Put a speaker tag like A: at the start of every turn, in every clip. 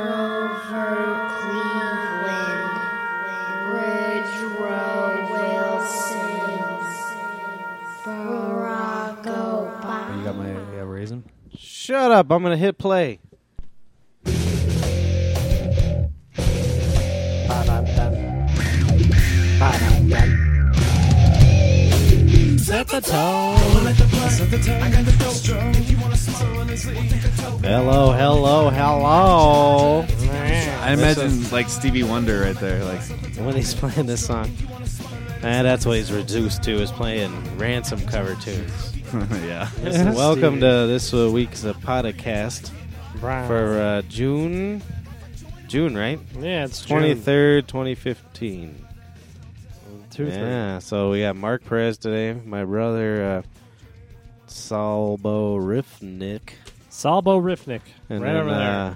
A: Grover Cleveland, Woodrow Wilson, Barack
B: You
A: Obama.
B: got my you got raisin?
C: Shut up. I'm going to hit play. Hello, hello, hello.
D: I imagine like Stevie Wonder right there. Like
C: When he's playing this song, and that's what he's reduced to is playing ransom cover tunes.
D: yeah.
C: Welcome to this uh, week's uh, podcast for uh, June, June right,
E: Yeah, it's
C: twenty third, twenty fifteen.
E: Yeah.
C: Yeah, so we got Mark Perez today. My brother uh, Salbo Riffnick,
E: Salbo Rifnik.
C: and
E: right
C: then,
E: over there.
C: uh,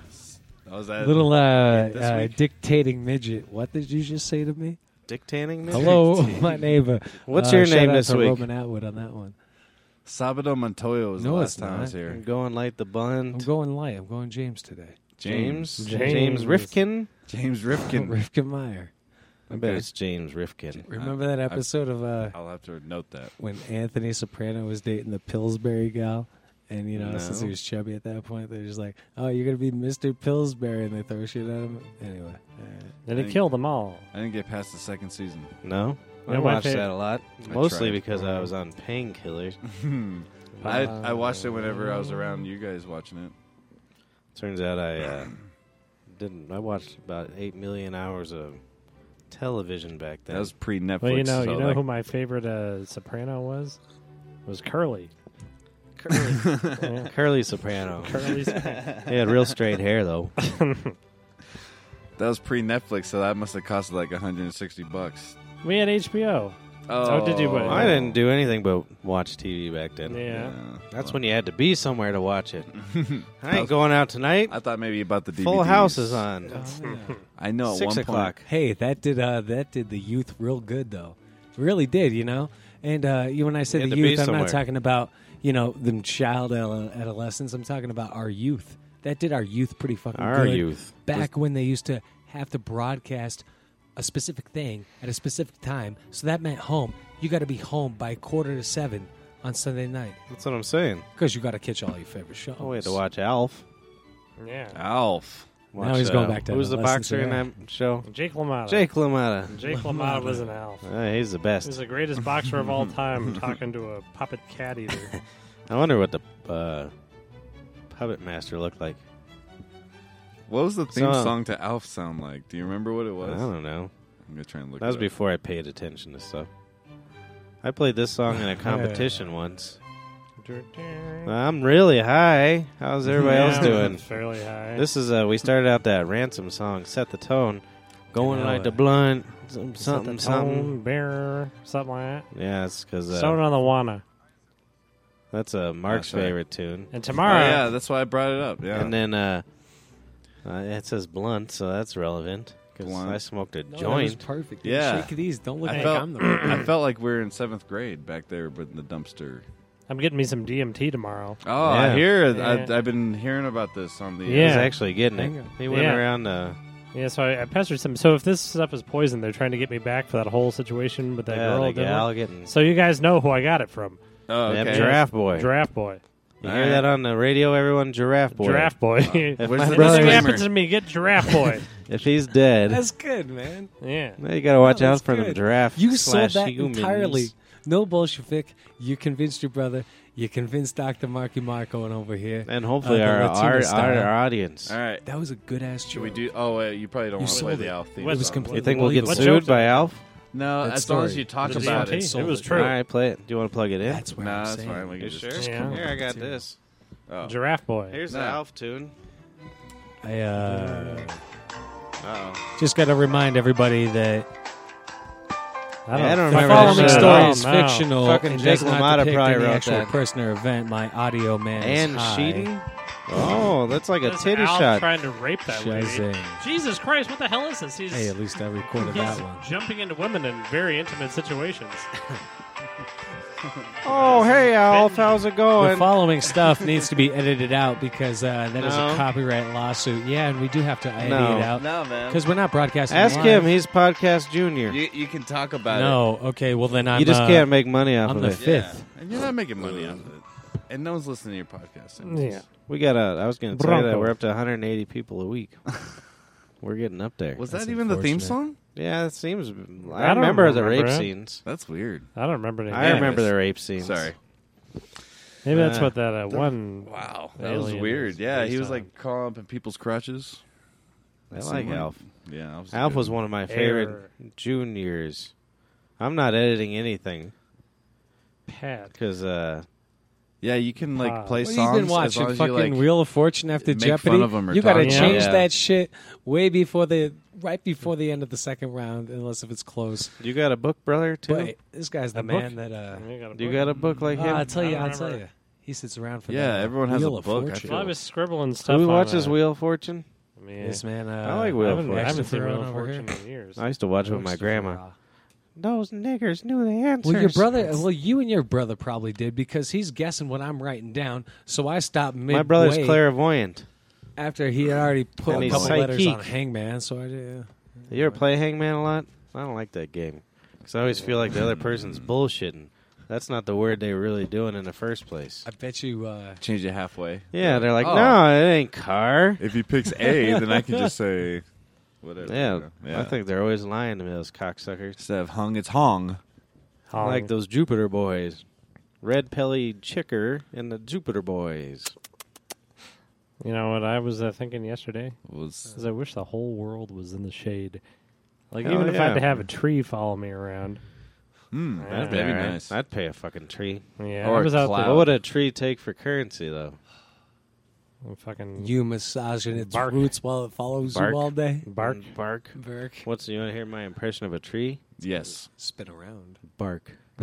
D: That was that
B: Little uh,
D: this
B: uh
D: week?
B: dictating midget. What did you just say to me?
C: Dick Tanning. maybe?
B: Hello, my neighbor.
C: What's
B: Uh,
C: your
B: shout
C: name
B: out
C: this
B: to
C: week?
B: Roman Atwood on that one.
D: Sabado Montoya was
B: No,
D: the
B: it's
D: last time I
B: not.
D: was here.
C: I'm going light the
B: I'm
C: bund.
B: going light. I'm going James today.
D: James
C: James. James,
E: James.
C: Rifkin.
D: James Rifkin.
B: Rifkin Meyer.
C: I bet
B: Okay.
C: it's James Rifkin.
B: Remember that episode of uh,
D: I'll have to note that.
B: when Anthony Soprano was dating the Pillsbury gal? And you know, since he
C: No.
B: was chubby at that point, they're just like, "Oh, you're gonna be Mr. Pillsbury," and they throw shit at him. Anyway, uh,
E: And he
D: Thank-
E: killed them all.
D: I didn't get past the second season.
C: No, I
E: Yeah, my
C: watched
E: fa-
C: that a lot,
D: I
C: mostly
D: tried.
C: because I was on painkillers.
D: I I watched it whenever I was around you guys watching it.
C: Turns out I uh, didn't. I watched about eight million hours of television back then.
D: That was pre Netflix.
E: Well, you know,
D: so
E: you know
D: like,
E: who my favorite uh, soprano was? Was Curly.
C: Curly,
E: Yeah,
C: Curly Soprano.
E: Curly soprano.
C: he had real straight hair though.
D: that was pre Netflix, so that must have costed like 160 bucks.
E: We had HBO.
D: Oh,
E: How did you win?
C: I didn't do anything but watch TV back then.
E: Yeah.
D: Yeah.
C: That's when you had to be somewhere to watch it. I ain't going out tonight.
D: I thought maybe about the DVDs.
C: Full House is on.
B: Uh,
D: I know at
C: Six
D: one
C: o'clock.
D: point.
B: Hey, that did uh, that did the youth real good though. Really did, you know. And uh, you, when I say
C: You had
B: the
C: to be
B: youth, I'm
C: somewhere.
B: not talking about you know them child adole- adolescents. I'm talking about our youth. That did our youth pretty fucking
C: Our
B: good
C: youth.
B: back when they used to have to broadcast a specific thing at a specific time. So that meant home. You got to be home by quarter to seven on Sunday night
C: That's what I'm saying.
B: because you got to catch all your favorite shows.
C: Oh, we had to watch Alf.
E: Yeah.
D: Alf.
C: Watch, uh,
B: he's going back to
C: who's the
B: adolescence
C: boxer in that
B: era.
C: show?
E: Jake LaMotta.
C: Jake LaMotta.
E: Jake LaMotta was an elf.
C: Uh, he's the best.
E: He's the greatest boxer of all time talking to a puppet cat eater.
C: I wonder what the uh, puppet master looked like.
D: What was the theme
C: So-
D: song to Alf sound like? Do you remember what it was?
C: I don't know.
D: I'm gonna try and look.
C: That was
D: it up.
C: before I paid attention to stuff. I played this song in a competition once. I'm really high. How's everybody
E: Yeah,
C: else doing?
E: Fairly high.
C: This is uh, we started out that ransom song, set the tone, going
B: Yeah,
C: like the
B: uh,
C: blunt, some- something, something.
E: Tone bearer, something like
C: Yeah, it's because
E: that. Stone
C: uh,
E: on the Wanna.
C: that's uh, Mark's
D: That's right.
C: favorite tune.
E: And
D: Oh,
E: tomorrow,
D: yeah, that's why I brought it up. Yeah.
C: And then uh, uh, it says blunt, so that's relevant because
D: Blunt.
C: I smoked a
B: No, that was
C: joint.
B: perfect.
D: Yeah.
B: shake these. Don't look
D: I
B: like
D: felt-
B: I'm the. Right
D: I felt like we were in seventh grade back there, but in the dumpster.
E: I'm getting me some DMT tomorw.
D: Oh,
C: Yeah.
D: I hear.
E: Yeah.
D: I, I've been hearing about this on the.
C: He was
E: Yeah.
C: actually getting
B: Hang
C: it.
B: on.
C: He went
E: Yeah.
C: around. Uh,
E: Yeah, so I, I pestered some. So if this stuff is poison, they're trying to get me back for that whole situation with that
C: yeah,
E: girl.
C: the
E: didn't
C: gal
E: it?
C: getting
E: So you guys know who I got it from.
D: Oh,
C: Yep,
D: okay.
C: giraffe boy.
E: Giraffe boy.
C: you hear that on the radio, everyone? Giraffe boy.
E: Giraffe boy.
C: If,
D: Where's
C: my
D: the
E: If anything
C: brother,
D: disclaimer?
E: happens to me, get giraffe boy.
C: if he's dead,
B: That's good, man.
E: yeah.
C: well, you gotta watch
B: No,
C: out
B: that's
C: for them
B: good.
C: giraffe.
B: You sold
C: slash
B: that
C: humans.
B: entirely. No Bolshevik. You convinced your brother. You convinced Dr. Marky Marco and over here.
C: And hopefully
B: Uh, the
C: our,
B: Latino
C: our, our
B: style.
C: audience.
D: All right.
B: That was a good ass joke.
D: Should we do? Uh, Oh wait, you probably don't
B: You
D: want to play
B: sold
D: the
B: it.
D: Alf theme.
E: What- It was
D: song.
B: complete-
C: You think we'll get
B: What
C: sued
E: jokes
C: by Alf?
D: No,
B: That
D: as long as
B: story.
D: you talk
B: The
D: about
B: DMT.
D: it.
E: It was
C: All
E: true.
C: right, play it. Do you want to plug it in?
B: That's what
D: Nah,
B: I'm
D: that's
B: saying.
D: fine. We can
C: You
D: just.
C: sure?
E: Yeah.
B: come
C: Here,
B: up
C: I
B: with
C: got
B: two.
C: this.
D: Oh.
E: Giraffe boy.
C: Here's the
D: Nah.
C: Alf tune.
B: I uh,
C: Oh,
B: just got to remind everybody that
E: I
C: Yeah, I don't remember
E: fucking
B: the following
C: that shit at
B: story
C: all,
B: is
E: know.
B: fictional
C: Oh, Fucking
B: and
C: Jake
B: does not
C: LaMotta
B: depict
C: probably
B: any
C: wrote
B: actual
C: that.
B: person or event. My audio man is
C: and
B: high.
C: Sheehan. Oh, that's like a
E: That's
C: titty
E: Al
C: shot.
E: trying to rape that lady.
B: Shazam.
E: Jesus Christ, what the hell is this? He's,
B: Hey, at least I recorded
E: he's
B: that one.
E: jumping into women in very intimate situations.
C: Oh, hey, Alf, how's it
B: The
C: going?
B: following stuff needs to be edited out because uh, that is
C: No.
B: a copyright lawsuit. Yeah, and we do have to edit
C: No.
B: it out
D: No, man.
B: because we're not broadcasting.
C: Ask
B: live.
C: him. He's podcast junior.
D: You, you can talk about it.
B: No. Okay. Well, then I'm.
C: you just
B: uh,
C: can't make money off
B: I'm
C: of
B: the
C: it.
B: f- Fifth.
D: Yeah. And you're not making money off of it. And no one's listening to your podcast. anyways.
E: yeah.
C: we got out. I was going to say
E: Bronco.
C: that we're up to 180 people a week. we're getting up there.
D: Was
B: That's
D: that even the theme
B: unfortunate.
D: song?
C: Yeah, it seems. I,
E: don't
C: remember, the
E: remember
C: rape
E: it.
C: scenes.
D: That's weird.
E: I don't remember anything.
C: I remember the rape scenes.
D: Sorry.
E: Maybe that's
C: Uh,
E: what that uh, one.
D: Wow. That was
E: Alien
D: weird.
E: is
D: Yeah,
E: based
D: he was
E: on.
D: like calling up in people's crotches.
C: I like
D: Someone-
C: Alf.
D: Yeah, that was
C: Alf
D: good.
C: was one of my favorite juniors. I'm not editing anything
E: Pat.
C: because uh,
D: Yeah, you can like
E: Wow.
D: play
B: What
D: songs
B: have you been
D: as long
B: watching?
D: as you
B: Fucking
D: like.
B: Wheel of Fortune after
D: make fun
B: Jeopardy.
D: of 'em or
B: you got to
E: talk
B: change
D: about 'em.
B: that shit way before the right before the end of the second round, unless if it's close.
C: you got a book, brother. Too.
B: But this guy's the
E: A book?
B: man that. Uh,
E: You got a
C: You
E: book?
C: got a book like
B: ah,
C: him?
B: I'll tell
E: I
B: you.
E: don't
B: I'll tell
E: remember.
B: you. He sits around for
D: Yeah,
B: that.
D: everyone has
B: Wheel
D: a
B: of
D: book, I
B: Fortune.
E: Well, I was scribbling
C: Do
E: stuff.
C: we
E: on,
C: watch this
E: uh,
C: Wheel of Fortune?
E: I mean,
B: This man. Uh,
C: I like
E: I
C: Wheel of
E: haven't, I
C: Fortune.
E: haven't seen
B: Christopher
E: Wheel of
B: over here.
E: Fortune in years.
C: I used to watch it with my
B: Christopher
C: grandma.
B: Robin.
C: Those niggers knew the answers.
B: Well, your brother. Well, you and your brother probably did because he's guessing what I'm writing down. So I stopped midway.
C: My brother's clairvoyant.
B: after he had already put
C: And
B: a
C: he's
B: couple letters on
C: psychic.
B: Hangman. So I uh, did.
C: You ever play Hangman a lot? I don't like that game because I always feel like the other person's bullshitting. That's not the word they were really doing in the first place.
B: I bet you. Uh,
D: Change it halfway.
C: Yeah, they're like,
D: Oh.
C: no, it ain't car.
D: If he picks A, then I can just say whatever.
C: Yeah,
D: you know?
C: I think they're always lying to me, those cocksuckers.
D: instead of hung, it's hung.
E: Um,
C: I like those Jupiter boys. Red Pelly Chicker and the Jupiter boys.
E: You know what I was uh, thinking yesterday?
D: Was
E: Is I wish the whole world was in the shade. Like
C: Hell
E: even if I had
C: yeah.
E: to have a tree follow me around.
D: Hmm,
E: Yeah.
D: that'd be
C: All right,
D: nice.
C: I'd pay a fucking tree.
E: Yeah,
D: Or
E: I
D: a
E: was out
D: cloud.
C: What would a tree take for currency, though?
E: there fucking
B: you massaging its
E: Bark.
B: roots while it follows
C: Bark.
B: you all day.
E: bark.
C: Bark.
B: Bark.
C: What's you want to hear my impression of a tree?
D: Yes.
B: Spin around.
C: Bark.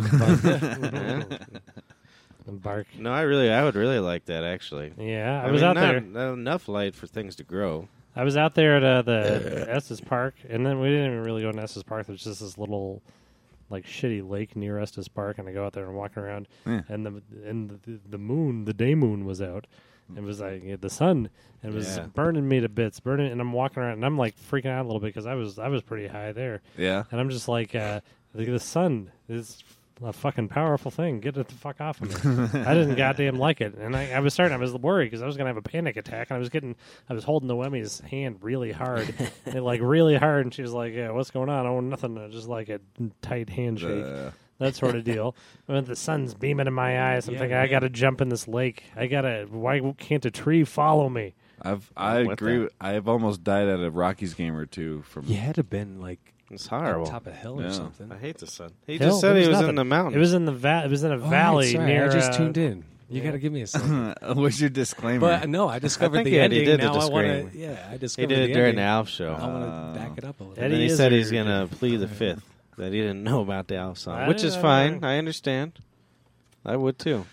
E: bark.
C: No, I really, I would really like that actually.
E: Yeah, I, was
C: mean,
E: out
C: not,
E: there.
C: not enough light for things to grow.
E: I was out there at uh, the Estes Park, and then we didn't even really go to Estes Park. There's just this little, like, shitty lake near Estes Park, and I go out there and walk around,
D: Yeah.
E: and the and the, the moon, the day moon, was out. It was like yeah, the sun, and it was
C: Yeah.
E: burning me to bits, burning. And I'm walking around, and I'm like freaking out a little bit because I was I was pretty high there,
D: Yeah.
E: and I'm just like, uh, the, the sun is a fucking powerful thing. Get it the fuck off of me. I didn't goddamn like it, and I, I was starting. I was worried because I was gonna have a panic attack, and I was getting, I was holding Noemi's hand really hard, and like really hard, and she was like, yeah, "What's going on? Oh, nothing. uh, Just like a tight handshake."
D: Uh,
E: that sort of deal. When the sun's beaming in my eyes, I'm thinking, I gotta jump in this lake. I gotta. Why can't a tree follow me?
D: I've I
C: What
D: agree.
C: the-
D: with- I've almost died at a Rockies game or two from.
B: You had to have been like
C: It's
B: on
C: horrible.
B: top of hill
D: Yeah.
B: or something.
C: I hate the sun. He
E: Hell,
C: just said
E: there
C: he was
E: nothing.
C: in the mountain.
E: It was in the va- It was in a
B: Oh,
E: valley
B: sorry,
E: near.
B: I just
E: uh,
B: tuned in. You
E: yeah.
B: got to give me a second.
D: What's your disclaimer?
B: but no, I discovered
C: think
B: the
C: he already
B: ending.
C: did the
B: now I want
C: disclaimer.
B: to. Yeah, I
C: he
B: discovered
C: did
B: the
C: it during
B: ending.
C: the Alf show.
B: I
D: Uh,
B: want to back it up a little.
C: and
E: Eddie
C: then he
E: is
C: said
E: or-
C: he's gonna plea the fifth that he didn't know about the Alf song,
E: I
C: which
E: didn't
C: is
E: know
C: fine.
E: that.
C: I understand. I would too,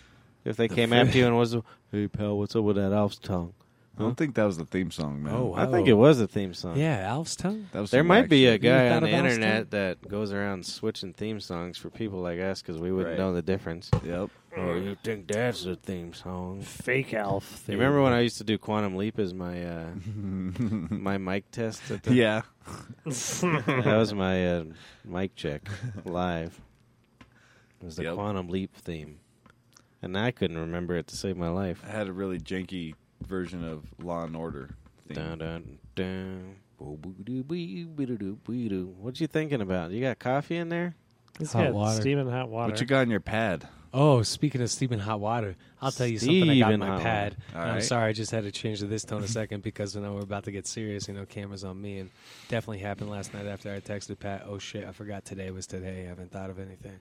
C: if they came
B: fifth.
C: after you and was, hey pal, what's up with that Alf song?
D: I don't think that was the theme song, man.
B: Oh, wow.
C: I think it was a theme song.
B: Yeah, Alf's tongue.
D: that was
C: There
D: some
C: might be a
D: whack shit.
C: guy
B: thought
C: on the
B: about us,
C: internet that goes around switching theme songs for people like us because we wouldn't
D: Right.
C: know the difference.
D: Yep.
C: Oh, you think that's a theme song?
E: fake elf. Thing.
C: You remember when I used to do Quantum Leap as my uh, my mic test? At the,
D: Yeah.
C: that was my uh, mic check live. It was the
D: Yep.
C: Quantum Leap theme, and I couldn't remember it to save my life.
D: I had a really janky version of Law and Order. Theme.
C: Dun, dun, dun. Boo-boo-doo-bee-bee-doo-doo-bee-doo. What you thinking about? You got coffee in there?
E: It's
B: Hot
E: got
B: water.
E: steaming hot water.
D: What you got on your pad?
B: Oh, speaking of steaming hot water, I'll tell you something. I got in
C: Steaming
B: my
C: hot
B: pad.
D: water.
B: And I'm
D: Alright.
B: sorry, I just had to change to this tone a second because you know we're about to get serious. You know, cameras on me, and definitely happened last night after I texted Pat. Oh shit, I forgot today was today. I haven't thought of anything.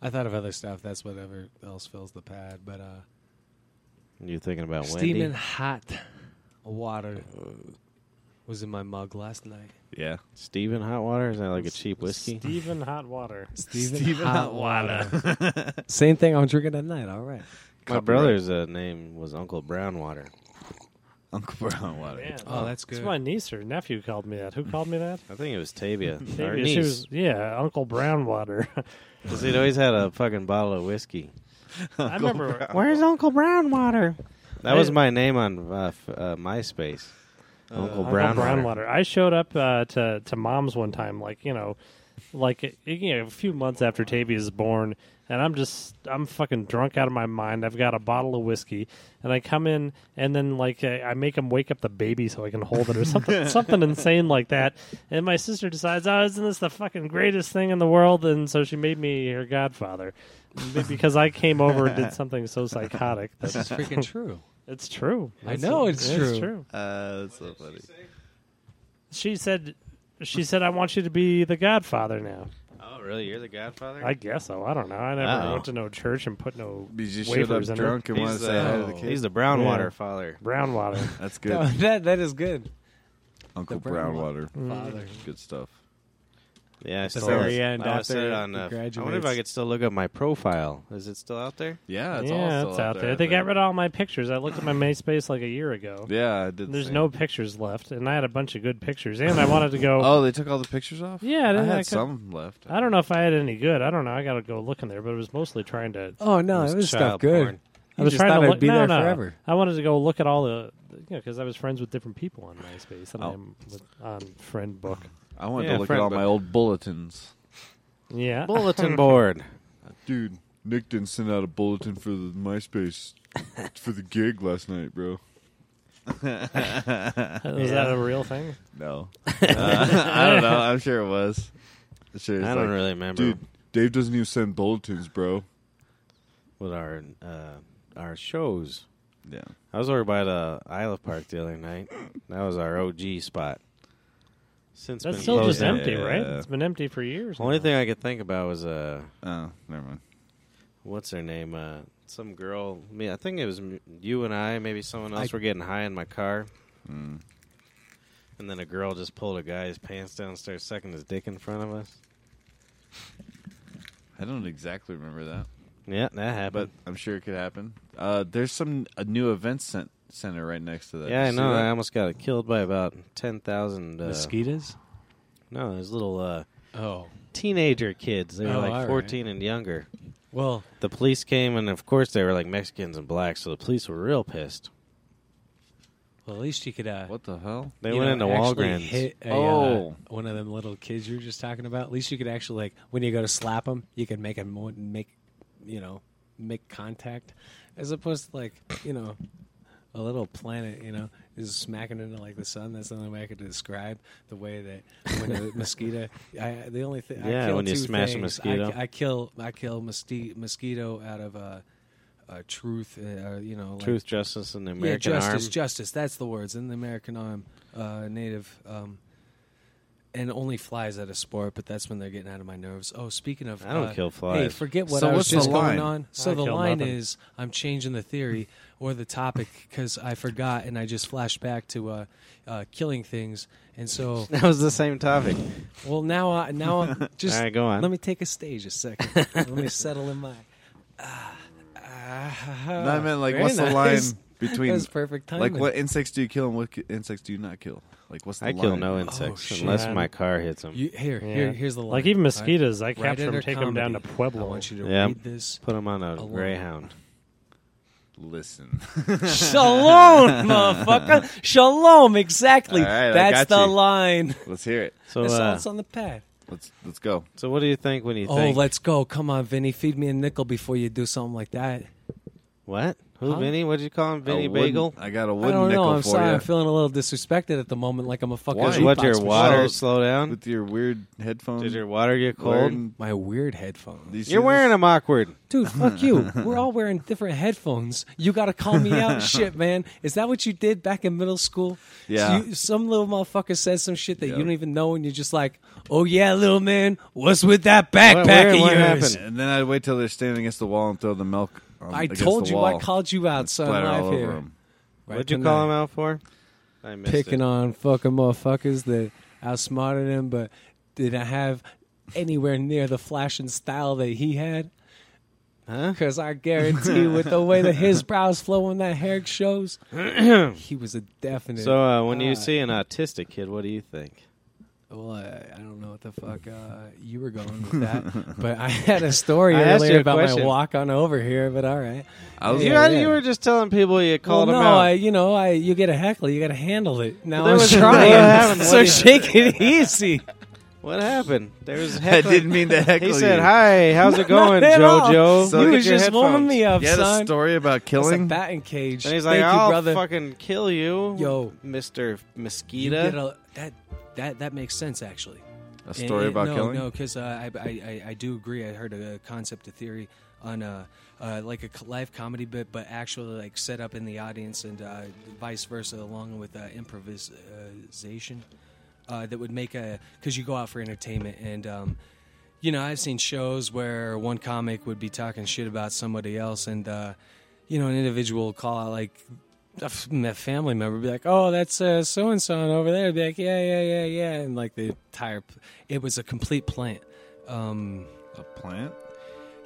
B: I thought of other stuff. That's whatever else fills the pad. But uh,
C: You thinking about
B: steaming
C: Oh, Wendy?
B: hot water was in my mug last night.
D: Yeah.
C: Steven hot water? Is that like a cheap whiskey?
E: Steaming hot water.
B: Steaming hot water. Same thing I'm drinking at night. All right.
C: My brother's uh, name was Uncle Brownwater.
D: Uncle Brown water.
E: Man.
B: Oh, that's good.
E: It's my niece or nephew called me that. Who called me that?
C: I think it was Tavia. Our
E: Maybe she
C: niece.
E: was- yeah, Uncle Brownwater.
C: Because he'd always had a fucking bottle of whiskey.
E: I remember.
C: Where's Uncle Brownwater? That was
E: I-
C: my name on uh, f- uh, MySpace. Uncle
E: Uncle
C: Brownwater.
E: Brownwater. I showed up uh, to to mom's one time, like you know, like uh, you know, a few months after Tavia is born, and I'm just I'm fucking drunk out of my mind. I've got a bottle of whiskey, and I come in, and then like I, I make him wake up the baby so I can hold it or something, something insane like that. And my sister decides, oh, isn't this the fucking greatest thing in the world? And so she made me her godfather because I came over and did something so psychotic.
B: This
E: That
B: is freaking true.
E: it's true.
B: I know it's true.
E: true.
D: Uh, that's so funny.
E: She said, "She said I want you to be the Godfather now."
C: Oh, really? You're the Godfather?
E: I guess so. I don't know. I never
C: Uh-oh.
E: went to no church and put no
D: You just showed up
E: wafers in it.
D: drunk and want to
C: he's,
D: say hi to
C: uh,
D: the
C: he's
D: kids.
C: the Brownwater
E: Yeah.
C: father.
E: Brown water.
D: That's good.
B: No, that that is good.
D: Uncle
B: the brown
D: Brownwater.
B: Father.
D: Good stuff.
C: Yeah, I
B: The
C: still
B: very
C: I
B: end
C: always
B: after
C: said it on.
B: he
C: Uh, I wonder if
B: graduates.
C: I could still look up my profile. Is it still out there?
D: Yeah, it's
E: yeah,
D: all
E: it's
D: still
E: out there. They got rid of all my pictures. I looked at my MySpace like a year ago.
D: Yeah, I did. the
E: There's
D: same.
E: no pictures left, and I had a bunch of good pictures, and I wanted to go.
D: Oh, they took all the pictures off.
E: Yeah, I
D: I
E: didn't-
D: had
E: I could-
D: some left.
E: I don't know if I had any good. I don't know. I got to go look in there, but it was mostly trying to.
B: Oh no,
C: It
B: it
C: was
B: was,
C: child
B: stuff good.
C: porn.
E: I
B: You
E: was
B: just
E: trying
B: thought
E: to
B: it'd
E: look,
B: be
E: no,
B: there
E: no.
B: forever.
E: I wanted to go look at all the, you know, because I was friends with different people on MySpace and
D: Oh.
E: I'm with, on Friend Book.
D: I wanted
C: Yeah,
D: to look at
C: friend,
D: all
C: but-
D: my old bulletins.
E: Yeah,
C: Bulletin board.
D: Dude, Nick didn't send out a bulletin for the MySpace for the gig last night, bro.
E: was that a real thing?
D: No, Uh, I don't know. I'm sure it was. I'm sure
C: I
D: it's
C: don't
D: like,
C: really remember
D: Dude, Dave doesn't even send bulletins, bro.
C: what our uh, our shows.
D: Yeah.
C: I was over by the Isla Park the other night. That was our OG spot. Since
E: That's
C: been
E: still
C: closed
E: just
C: down.
E: empty, right?
D: Yeah.
E: It's been empty for years.
C: Only
E: now.
C: thing I could think about was uh,
D: Oh, never mind.
C: what's her name? Uh, some girl. Me, I think it was m- you and I. Maybe someone else
B: I- Hmm.
C: were getting high in my car,
D: Mm.
C: and then a girl just pulled a guy's pants down, and started sucking his dick in front of us.
D: I don't exactly remember that,
C: Yeah, that
D: but
C: happened.
D: Mm. I'm sure it could happen. Uh, there's some a new event cent- center right next to that.
C: yeah, I
D: You see
C: know. I
D: that?
C: almost got killed by about ten thousand. Uh,
B: Mosquitoes?
C: no, those little uh,
B: Oh.
C: teenager kids. They were
B: Oh, all
C: like
B: right.
C: fourteen and younger.
B: Well,
C: The police came, and of course they were like Mexicans and blacks, so the police were real pissed.
B: well at least you could uh
D: What the hell?
C: They
B: you
C: went
B: know,
C: into
B: actually
C: Walgreens.
B: Hit a,
D: Oh.
B: uh, one of them little kids you were just talking about. At least you could actually like when you go to slap them, you could make a mo- make, you know, make contact, as opposed to like you know, a little planet you know is smacking into like the sun. That's the only way I could describe the way that when a mosquito. I the only thing.
C: Yeah,
B: I kill
C: when you
B: two
C: smash a
B: things.
C: mosquito.
B: I, I kill I kill musti- mosquito out of uh, uh, truth. Uh, you know, like,
C: Truth, justice, and the American
B: yeah, justice,
C: arm.
B: justice. That's the words in the American arm, uh, native, um, and only flies at a sport. But that's when they're getting out of my nerves. Oh, speaking of,
C: I don't
B: uh,
C: kill
B: Hey,
C: flies.
B: forget what
D: So
B: I was
D: what's the
B: just
D: line?
B: going on. So
E: I
B: the
E: kill
B: line
E: nothing.
B: is, I'm changing the theory or the topic because I forgot and I just flashed back to uh, uh, killing things. And so,
C: that was the same topic.
B: well, now I now I'm just
C: All right, go on.
B: let me take a stage a second. let me settle in my. uh,
D: No, I meant like,
B: Very
D: what's the line
B: nice.
D: between
B: That was perfect
D: Like,
B: timing.
D: what insects do you kill and what ki- insects do you not kill? Like, what's the
C: I
D: line?
C: kill no insects
B: shit.
C: unless my car hits them.
B: You, here,
E: Yeah.
B: here, here's the line.
E: Like even
B: all right?
E: mosquitoes, I
B: Write
E: capture
B: it
E: them,
B: or
E: take them down to
B: comedy.
E: Pueblo.
B: I want you to
C: Yeah.
B: read this.
C: Put them on a
B: Alone.
C: greyhound.
D: Listen,
B: Shalom, motherfucker. Shalom, exactly.
D: All right, I got
B: That's the
D: you.
B: line.
D: let's hear it.
C: So,
B: That's all
C: uh,
B: that's on the pad.
D: Let's let's go.
C: so what do you think when you
B: Oh,
C: think?
B: let's go. Come on, Vinny. Feed me a nickel before you do something like that.
C: what? Who,
B: Huh?
C: Vinny? What'd you call him? Vinny
D: A wooden-
C: Bagel?
D: I got a
B: I
D: wooden
B: don't
D: nickel
B: know. I'm
D: for
B: sorry.
D: you.
B: I'm feeling a little disrespected at the moment, like I'm a fucking.
D: Why?
C: Is
B: jukebox
C: what your
B: machine.
C: water
D: Well,
C: slow down?
D: with your weird headphones.
C: Did your water get cold?
D: wearing-
B: My weird headphones.
D: these-
C: You're wearing them awkward.
B: Dude, fuck you. We're all wearing different headphones. You got to call me out. shit, man. Is that what you did back in middle school?
D: Yeah.
B: you, some little motherfucker says some shit that
D: Yep.
B: you don't even know, and you're just like, oh, yeah, little man, what's with that backpack
C: What- where-
B: of
C: what
B: yours?
C: happened?
D: And then I'd wait till they're standing against the wall and throw the milk. On,
B: I
D: against
B: told
D: the
B: you
D: wall,
B: I called you out, son.
D: splatter
B: Live
D: all
B: here.
D: over them.
B: Right
C: What'd you
B: tonight.
C: call him out for? I missed
B: Picking
C: it.
B: on fucking motherfuckers that outsmarted him, but didn't have anywhere near the flashing style that he had.
C: Huh?
B: Because I guarantee with the way that his brows flow and that hair shows, he was a definite.
C: So uh, when you
B: Uh,
C: see an autistic kid, what do you think?
B: well, I, I don't know what the fuck uh, you were going with that, but I had a story
C: I asked you
B: earlier
C: a
B: about my
C: question.
B: walk on over here. But all right,
D: I was
C: you,
B: Yeah,
C: I-
B: yeah.
C: you were just telling people you
B: well,
C: called
B: no,
C: them out.
B: I, you know, I you get a heckle, you got to handle it. Now
C: There
B: I'm
C: was-
B: trying,
C: what happened?
B: so
C: What do
B: shake it easy.
C: What happened? There was
D: I
C: heckling.
D: didn't mean to heckle
C: He said,
D: you.
C: "Hi, how's it going,
B: Not at all.
C: JoJo?"
D: So
B: he
C: Look
B: was
C: at your
B: just warming
C: headphones."
B: me up,
D: You had
B: son.
D: a story about
B: It's a
D: killing.
B: batting cage.
C: And he's like,
B: Thank you,
C: "I'll
B: brother.
C: fucking kill you,
B: Yo.
C: Mister Mosquito."
B: You get a- that that that makes sense actually.
D: A
B: And-
D: story
B: and-
D: about
B: no,
D: killing.
B: No, because uh, I, I, I I do agree. I heard a concept, a theory on uh, uh, like a co- live comedy bit, but actually like set up in the audience and uh, vice versa, along with uh, improvisation uh, that would make a because you go out for entertainment and. Um, you know, I've seen shows where one comic would be talking shit about somebody else, and uh, you know, an individual will call out like a f- a family member would be like, "Oh, that's uh, so and so over there." Be like, "Yeah, yeah, yeah, yeah," and like the entire, p- it was a complete plant. Um,
D: A plant.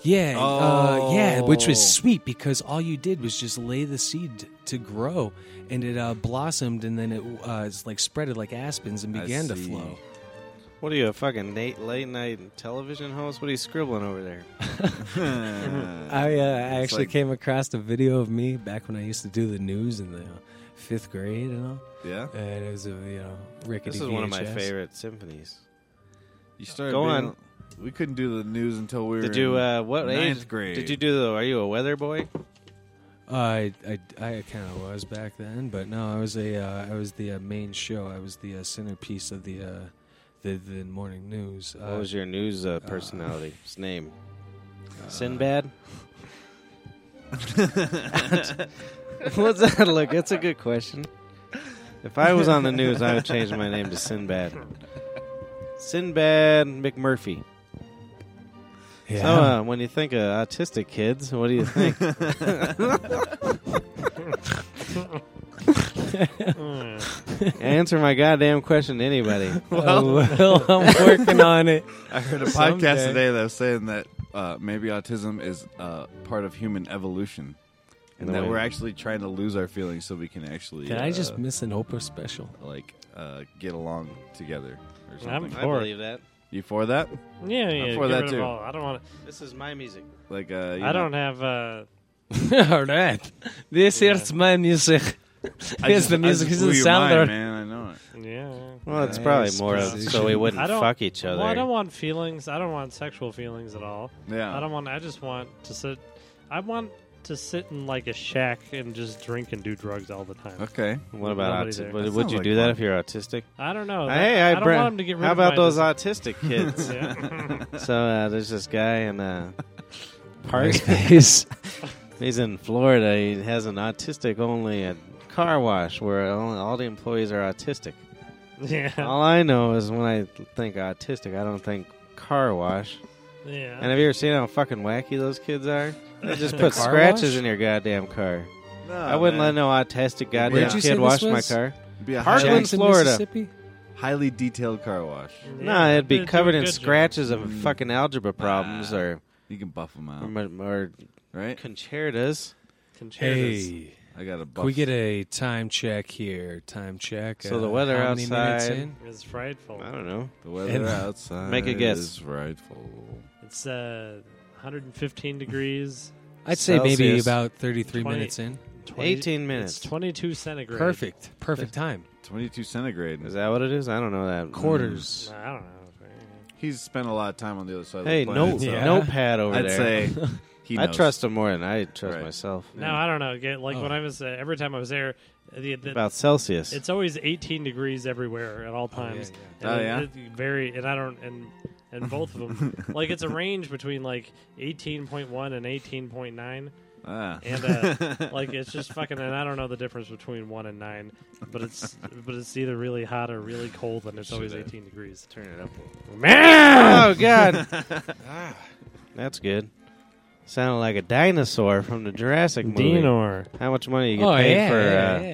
B: yeah, uh, yeah, which was
C: Oh.
B: sweet because all you did was just lay the seed to grow, and it uh, blossomed, and then it uh, it's like spreaded like aspens and
D: I
B: began to
D: see.
B: flow.
C: What are you, a fucking Nate late night television host? What are you scribbling over there?
B: I, uh, I
D: It's
B: actually
D: like-
B: came across a video of me back when I used to do the news in the fifth grade and all,
D: Yeah.
B: and it was a you know rickety.
C: This is one of my
B: VHS.
C: favorite symphonies.
D: You started.
C: Go
D: being-
C: on.
D: We couldn't do the news until we were.
C: Did you?
D: in
C: Uh, what
D: ninth
C: age?
D: grade?
C: Did you do the? Are you a weather boy?
B: Uh, I I, I kind of was back then, but no, I was a uh, I was the uh, main show. I was the uh, centerpiece of the uh, the the morning news. Uh, Uh,
C: what was your news uh, personality? His name? Sinbad. What's that look? That's a good question. If I was on the news, I would change my name to Sinbad. Sinbad McMurphy.
B: yeah.
C: So, uh, when you think of autistic kids, what do you think? Answer my goddamn question, to anybody.
B: well, well, I'm working on it.
D: I heard a
B: Someday.
D: podcast today that was saying that uh, maybe autism is uh, part of human evolution, and
C: No
D: that
C: way.
D: we're actually trying to lose our feelings so we can actually.
B: Did I just
D: uh,
B: miss an Oprah special?
D: like uh, get along together or something?
C: I
E: Or-
C: believe that.
D: You for that?
E: Yeah, yeah.
D: for
E: get
D: that
E: rid of
D: too.
E: all- I don't want.
C: This is my music.
D: Like uh, you know-
E: I don't have. Uh,
B: All right, this here's my music.
D: I just-
B: Here's the
D: I
B: music.
D: just
B: Here's
D: blew
B: the
D: your
B: sound.
D: mind,
B: alert.
D: man. I know it.
E: yeah.
C: Well, it's
B: Nice
C: probably more of so we
B: position.
C: wouldn't
E: I don't-
C: fuck each other.
E: Well, I don't want feelings. I don't want sexual feelings at all.
C: Oh.
D: Yeah.
E: I don't want. I just want to sit. I want to sit in like a shack and just drink and do drugs all the time.
D: okay.
C: what about
E: Nobody there.
C: autistic?
E: That
C: Would, would
D: sounds
C: you
D: like
C: do that
D: fun.
C: if you're autistic?
E: I don't know.
C: hey, I,
E: Oh, I don't
C: bring-
E: want him to get rid
C: How
E: of
C: about
E: my
C: those
E: dis-
C: autistic kids?
E: Yeah.
C: So uh, there's this guy in uh, Park.
B: He's-
C: He's in Florida. He has an autistic only uh car wash where only, all the employees are autistic.
E: yeah.
C: All I know is when I think autistic, I don't think car wash.
E: Yeah.
C: And have you ever seen how fucking wacky those kids are? They just put
B: car
C: scratches
B: wash?
C: in your goddamn car.
D: No,
C: I wouldn't
D: Oh, man.
C: let no autistic goddamn
D: Where'd
B: you say
C: kid
B: this
C: wash my
B: was?
C: car.
D: Be a
C: Parkland,
D: highly,
B: Jackson,
C: Florida.
B: Mississippi.
D: highly detailed car wash.
E: Yeah.
C: No, it'd be
E: They're
C: covered
E: doing
C: in
E: good job.
C: scratches and fucking algebra problems or,
D: You can buff them out,
C: or, or
D: right?
C: concertas.
E: Concertas.
B: Hey,
D: I got a buff.
B: can we get a time check here? Time check. uh,
C: So the weather
B: how many minutes
C: outside-
B: in?
E: It's frightful.
C: I don't know.
D: the weather
B: And-
D: outside.
C: Make a guess.
D: Is frightful.
E: It's uh, 115 degrees.
B: I'd say maybe
C: Celsius.
B: about 33
E: Twenty-
B: minutes in.
E: 20
C: 18 minutes.
E: It's 22 centigrade.
B: Perfect. Perfect time.
D: Twenty-two centigrade.
C: Is that what it is? I don't know that.
B: Quarters.
E: I don't know.
D: He's spent a lot of time on the other side.
C: Hey,
D: of the planet,
C: no,
D: so
B: Yeah.
C: notepad over
D: I'd
C: there.
D: say he.
C: I
D: knows.
C: trust him more than I trust
D: Right.
C: myself.
E: No, I don't know. Get- Like
B: Oh.
E: when I was uh, every time I was there, the, the,
C: About Celsius.
E: it's always 18 degrees everywhere at all
B: yeah,
E: times.
D: yeah.
E: And
D: Oh,
E: it- it Very, and I don't, and and both of them, like it's a range between like 18.1 and 18.9,
D: Ah.
E: and uh, like it's just fucking, and I don't know the difference between one and nine, but it's but it's either really hot or really cold, and it's always 18 degrees.
C: turn it up.
E: Man,
C: Oh God, Ah, that's good. Sounded like a dinosaur from the Jurassic movie.
E: Dinor.
C: How much money you get
B: Oh,
C: paid
B: yeah,
C: for
B: yeah,
C: uh,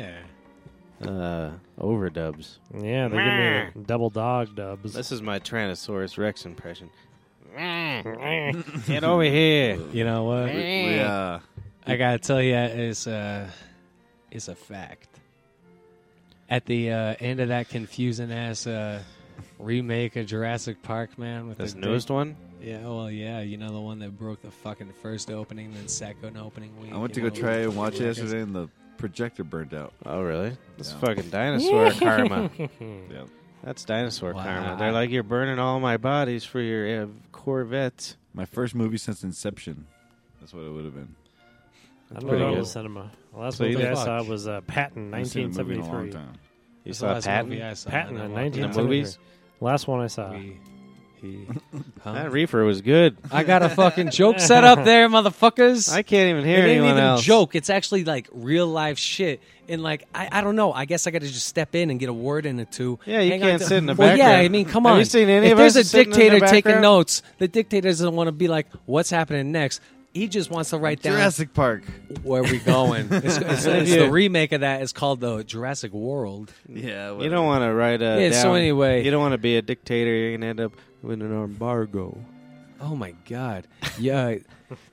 B: yeah.
C: Uh, overdubs?
E: Yeah, they give me the double dog dubs.
C: This is my Tyrannosaurus Rex impression. Get over here.
B: You know what?
D: We, uh,
B: I gotta tell you, it's a, it's a fact. At the uh, end of that confusing ass uh, remake of Jurassic Park, man, with
C: This
B: the
C: newest one?
B: yeah, well, yeah, you know the one that broke the fucking first opening, then second opening week.
D: I went to
B: you
D: go
B: know,
D: try
B: with
D: and watch it
B: fucking-
D: yesterday, and the projector burnt out.
C: Oh, really? That's
D: No.
C: fucking dinosaur karma. Mm.
D: Yeah.
C: That's dinosaur
B: Wow.
C: karma. They're like, you're burning all my bodies for your uh, Corvette.
D: My first movie since Inception. That's what it would have been.
E: I
C: That's
E: don't
C: pretty
E: know
C: good.
E: the cinema. The last
C: So you
E: movie I
B: didn't
E: saw
B: watch.
E: was uh, Patton,
D: I haven't seen the movie in a long
E: 1973.
D: time.
C: You
B: That's the
C: saw
B: last
C: Patton?
B: movie I saw,
E: Patton
B: and
E: in
B: I walked
C: the
B: out.
E: 1973.
C: movies?
E: Last one I saw.
B: We- he- huh?
C: That reefer was good.
B: I got a fucking joke set up there, motherfuckers.
C: I can't even hear
B: it ain't
C: anyone
B: even
C: else.
B: joke. It's actually like real life shit. And like, I, I don't know. I guess I got to just step in and get a word in or two.
C: Yeah, you
B: Hang on
C: can't
B: to-
C: sit in the
B: well,
C: background.
B: Yeah, I mean, come on.
C: Have you seen any
B: if
C: of
B: there's
C: us
B: a
C: sitting in the
B: dictator taking
C: background?
B: notes, the dictator doesn't want to be like, "What's happening next?" He just wants to write down
D: Jurassic Park.
B: where we going. it's it's- it's the remake of that. It's called the Jurassic World.
D: Yeah,
C: You don't want to write a.
B: Yeah, so
C: down-
B: anyway-
C: you don't want to be a dictator. You're gonna end up with an embargo.
B: Oh my God! Yeah,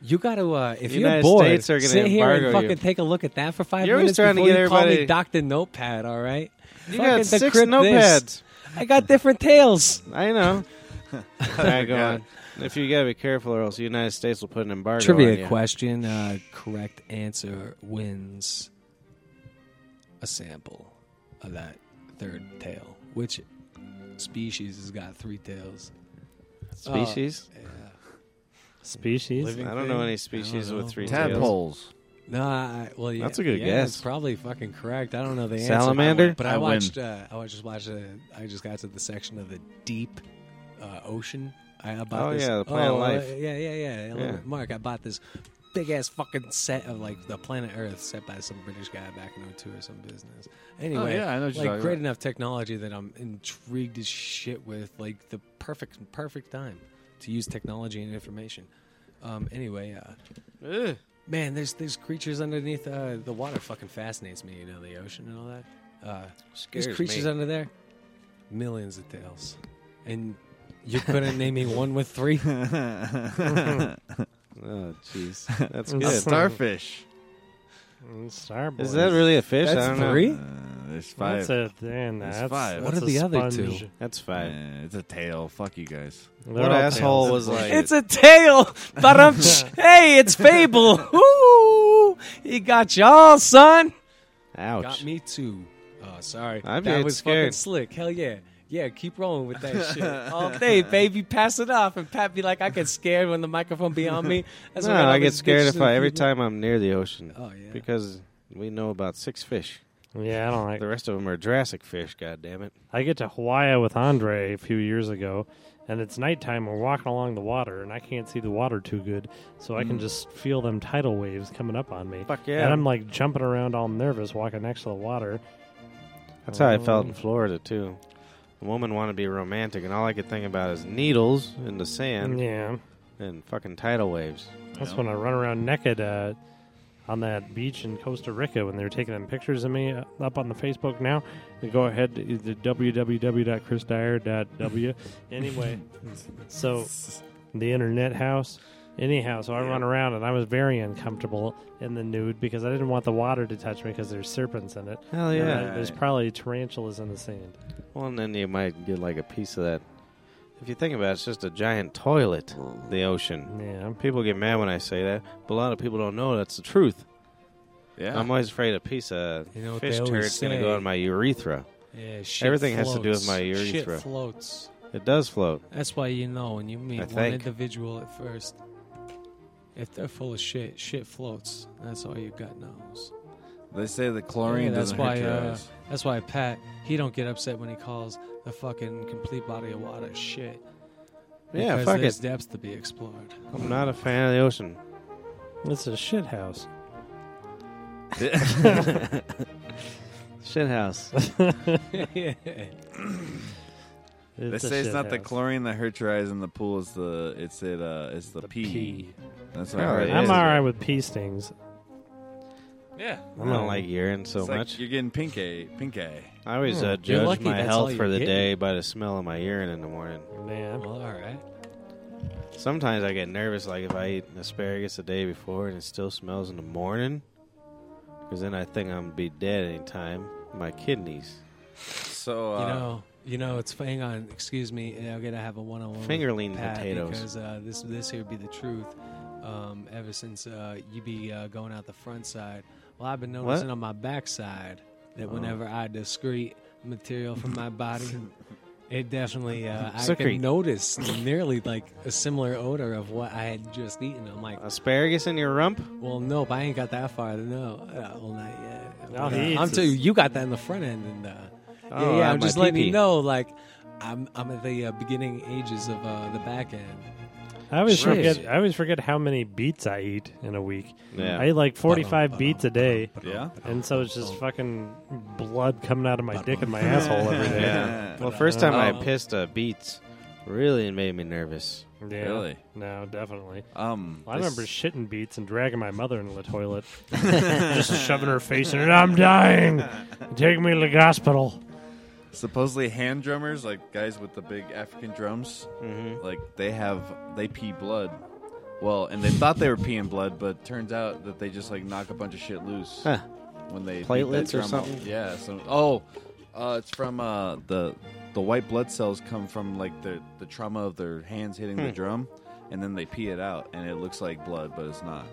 B: you got to. Uh, if
C: The
B: you're
C: United
B: bored,
C: States are gonna
B: sit here
C: embargo
B: and
C: you.
B: fucking take a look at that for 5
C: You're always
B: minutes
C: trying to
B: before
C: get
B: you call me
C: everybody-
B: Doctor Notepad. All right,
C: You
B: Fucking
C: got
B: the
C: six
B: crypt
C: notepads.
B: this. I got different tales.
C: I know. All right, go
D: forgot.
C: on. If you gotta be careful, or else the United States will put an embargo. on
B: Trivia
C: you.
B: question: uh, Correct answer wins a sample of that third tail. Which species has got three tails? Uh,
C: Species?
E: Species.
B: Living
C: I don't know
B: thing?
C: any species
B: know.
C: with three tails.
D: Tadpoles.
B: No, I, well, yeah,
C: That's a good
B: yeah,
C: guess.
B: It's probably fucking correct. I don't know the
C: Salamander?
B: answer, but
D: I
B: I
D: win.
B: watched. Uh, I watched- just watched. Uh, I just got to the section of the deep uh, ocean. I I bought
C: Oh,
B: this,
C: yeah, the Planet
B: oh, uh,
C: Life.
B: yeah, yeah, yeah,
C: Yeah.
B: Mark, I bought this big ass fucking set of like the planet Earth set by some British guy back in 02 or some business. Anyway,
D: Oh, yeah, I know what you're
B: like
D: talking
B: great
D: about.
B: enough technology that I'm intrigued as shit with. Like the perfect, perfect time to use technology and information. Um, anyway, uh,
C: Ugh.
B: Man, there's there's creatures underneath uh, the water. Fucking fascinates me, you know, the ocean and all that. Uh, there's
C: Scares
B: creatures
C: me.
B: under there, millions of tails, and you couldn't name me one with three.
C: Oh, jeez, that's
E: A
C: good.
D: Starfish.
E: Mm, Starboy.
C: Is that really a fish? I don't
B: That's
C: know.
B: three.
D: Uh, there's five.
E: That's a damn. That's,
D: five.
B: What
E: that's
B: are
E: a
B: the other
E: sponge.
B: two?
C: That's
D: Uh,
C: five.
D: it's a tail. Fuck you guys.
E: They're
C: What
E: all
C: asshole
E: tails.
C: was like?
B: It's a tail, but I'm hey, it's Fable. Ooh, he got y'all, son.
C: Ouch.
B: Got me too. Oh, sorry.
C: I'm
B: that
C: getting
B: was fucking
C: scared.
B: slick. Hell yeah. Yeah, keep rolling with that shit all day, baby. Pass it off, and Pat be like, "I get scared when the microphone be on me." That's
C: No,
B: when all
C: I get
B: these
C: scared
B: bitches
C: if I
B: and
C: every
B: people-
C: time I'm near the ocean
B: Oh yeah,
C: because we know about six fish.
E: Yeah, I don't like.
C: The rest of them are Jurassic fish. God damn it!
E: I get to Hawaii with Andre a few years ago, and it's nighttime. We're walking along the water, and I can't see the water too good, so I can just feel them tidal waves coming up on me.
C: Fuck Mm. yeah.
E: And I'm like jumping around, all nervous, walking next to the water.
C: That's how I felt in Florida too. A woman wanted to be romantic, and all I could think about is needles in the sand
E: yeah,
C: and fucking tidal waves.
E: that's when I run around naked uh, on that beach in Costa Rica when they were taking them pictures of me uh, up on the Facebook. Now, go ahead to the www.chrisdyer.w. anyway, so the internet house. Anyhow, so I run around and I was very uncomfortable in the nude because I didn't want the water to touch me because there's serpents in it.
C: Hell
E: And
C: yeah!
E: I- there's probably tarantulas in the sand.
C: Well, and then you might get like a piece of that. If you think about it, it's just a giant toilet, the ocean.
E: Yeah,
C: People get mad when I say that, but a lot of people don't know that's the truth.
D: Yeah.
C: I'm always afraid a piece of
B: You know what
C: fish
B: they always
C: turd's going to
B: say.
C: go in my urethra.
B: yeah. Shit
C: Everything has to do with my
B: floats.
C: urethra.
B: Shit floats.
C: It does float.
B: That's why you know when you meet
C: I
B: one
C: think.
B: individual at first, if they're full of shit, shit floats. That's all you got knows.
D: they say the chlorine
B: Yeah, that's
D: doesn't
B: why,
D: hurt your
B: uh,
D: eyes.
B: That's why Pat he don't get upset when he calls the fucking complete body of water shit.
C: Yeah,
B: because
C: fuck
B: there's
C: it.
B: depths to be explored.
C: I'm not a fan of the ocean.
E: it's a shit house.
C: Shit house.
D: They
E: It's a
D: say it's
E: shit
D: not the
E: house.
D: chlorine that hurts your eyes in the pool. It's the it's it uh it's the, pee. That's what I
C: Oh,
D: heard.
C: it
E: I'm
C: is.
E: all right with pea stings.
D: Yeah.
C: I don't like urine so
D: Um, It's like hmm.
C: much.
D: you're getting pink eye, pink eye.
C: I always
E: You're
C: uh, judge
B: lucky
C: my
B: that's all
C: health for
B: you're
C: the
B: getting.
C: day by the smell of my urine in the morning.
E: Man,
B: Well, all right.
C: Sometimes I get nervous, like if I eat asparagus the day before and it still smells in the morning, because then I think I'm gonna be dead anytime. My kidneys,
D: So, uh,
B: you know, you know, it's hang on. Excuse me. I'm gonna have a one-on-one with
C: fingerling
B: Pat
C: potatoes.
B: because uh, this this here be the truth. Um, ever since uh, you be uh, going out the front side, well, I've been noticing on my back side that whenever I discrete material from my body, it definitely uh, I
C: Secrete.
B: can notice nearly like a similar odor of what I had just eaten. I'm
C: Uh.
B: like,
C: Asparagus in your rump?
B: well, nope, I ain't got that far. No, uh, well, not yet.
E: No,
B: But,
E: he
B: uh,
E: eats
B: I'm too.
E: his-
B: You got that in the front end, and uh,
C: Oh,
B: yeah, yeah,
C: on
B: I'm
C: my
B: just letting
C: pee-pee.
B: you know, like, I'm I'm at the uh, beginning ages of uh, the back end.
E: I always
C: Shit.
E: forget. I always forget how many beets I eat in a week.
C: Yeah.
E: I eat like forty-five beets a day,
D: yeah.
E: and so it's
C: Oh.
E: just fucking blood coming out of my dick and my asshole every day.
D: Yeah.
C: Well, first time I
D: Um,
C: pissed a beets, really made me nervous.
E: Yeah.
D: Really?
E: No, definitely.
D: Um,
E: I
D: this-
E: remember shitting beets and dragging my mother into the toilet, just shoving her face in it. I'm dying. Take me to the hospital.
D: supposedly hand drummers, like guys with the big African drums,
C: Mm-hmm.
D: like they have they pee blood. Well, and they thought they were peeing blood, but turns out that they just like knock a bunch of shit loose
C: Huh.
D: when they beat
C: Platelets
D: that
C: or
D: drum
C: something?
D: Up. Yeah. So oh, uh, it's from uh, the the white blood cells come from like the the trauma of their hands hitting
E: Hmm.
D: the drum, and then they pee it out, and it looks like blood, but it's not.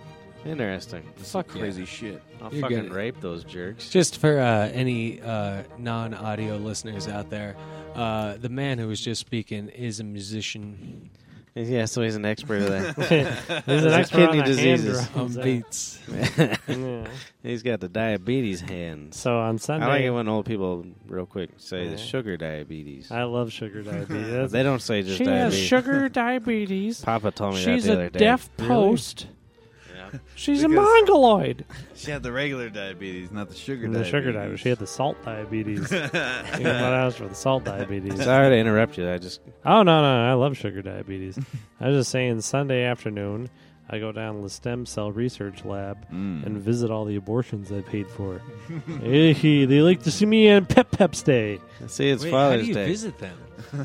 C: Interesting.
D: It's
B: Fuck
D: crazy shit.
C: I'll
B: You're
C: fucking
B: good.
C: rape those jerks.
B: Just for uh, any uh, non audio listeners out there, uh, the man who was just speaking is a musician
C: Yeah, so he's an expert of that.
E: There's an expert
C: kidney
E: on the hand
C: diseases.
B: on
E: drums.
B: beats.
E: Yeah.
C: he's got the diabetes hands.
E: So on
C: I
E: Sunday,
C: like it when old people, real quick, say the
E: Yeah.
C: sugar diabetes.
E: I love sugar diabetes. That's-
C: They don't say just
E: she has
C: diabetes.
E: sugar diabetes.
C: Papa told me
E: She's
C: that the
E: a
C: other day.
E: deaf post.
C: Yeah.
E: She's a
D: Because-
E: mongoloid.
D: She had the regular diabetes, not the sugar
E: The
D: diabetes.
E: sugar diabetes. She had the salt diabetes. you know what else for the salt diabetes?
C: Sorry to interrupt you. I just
E: Oh no, no, I love sugar diabetes. I was just saying Sunday afternoon I go down to the stem cell research lab and visit all the abortions I paid for. Eh, they like to see me on Pep Pep's Day.
C: see it's
B: Wait,
C: Father's
B: how do you
C: Day.
B: visit them?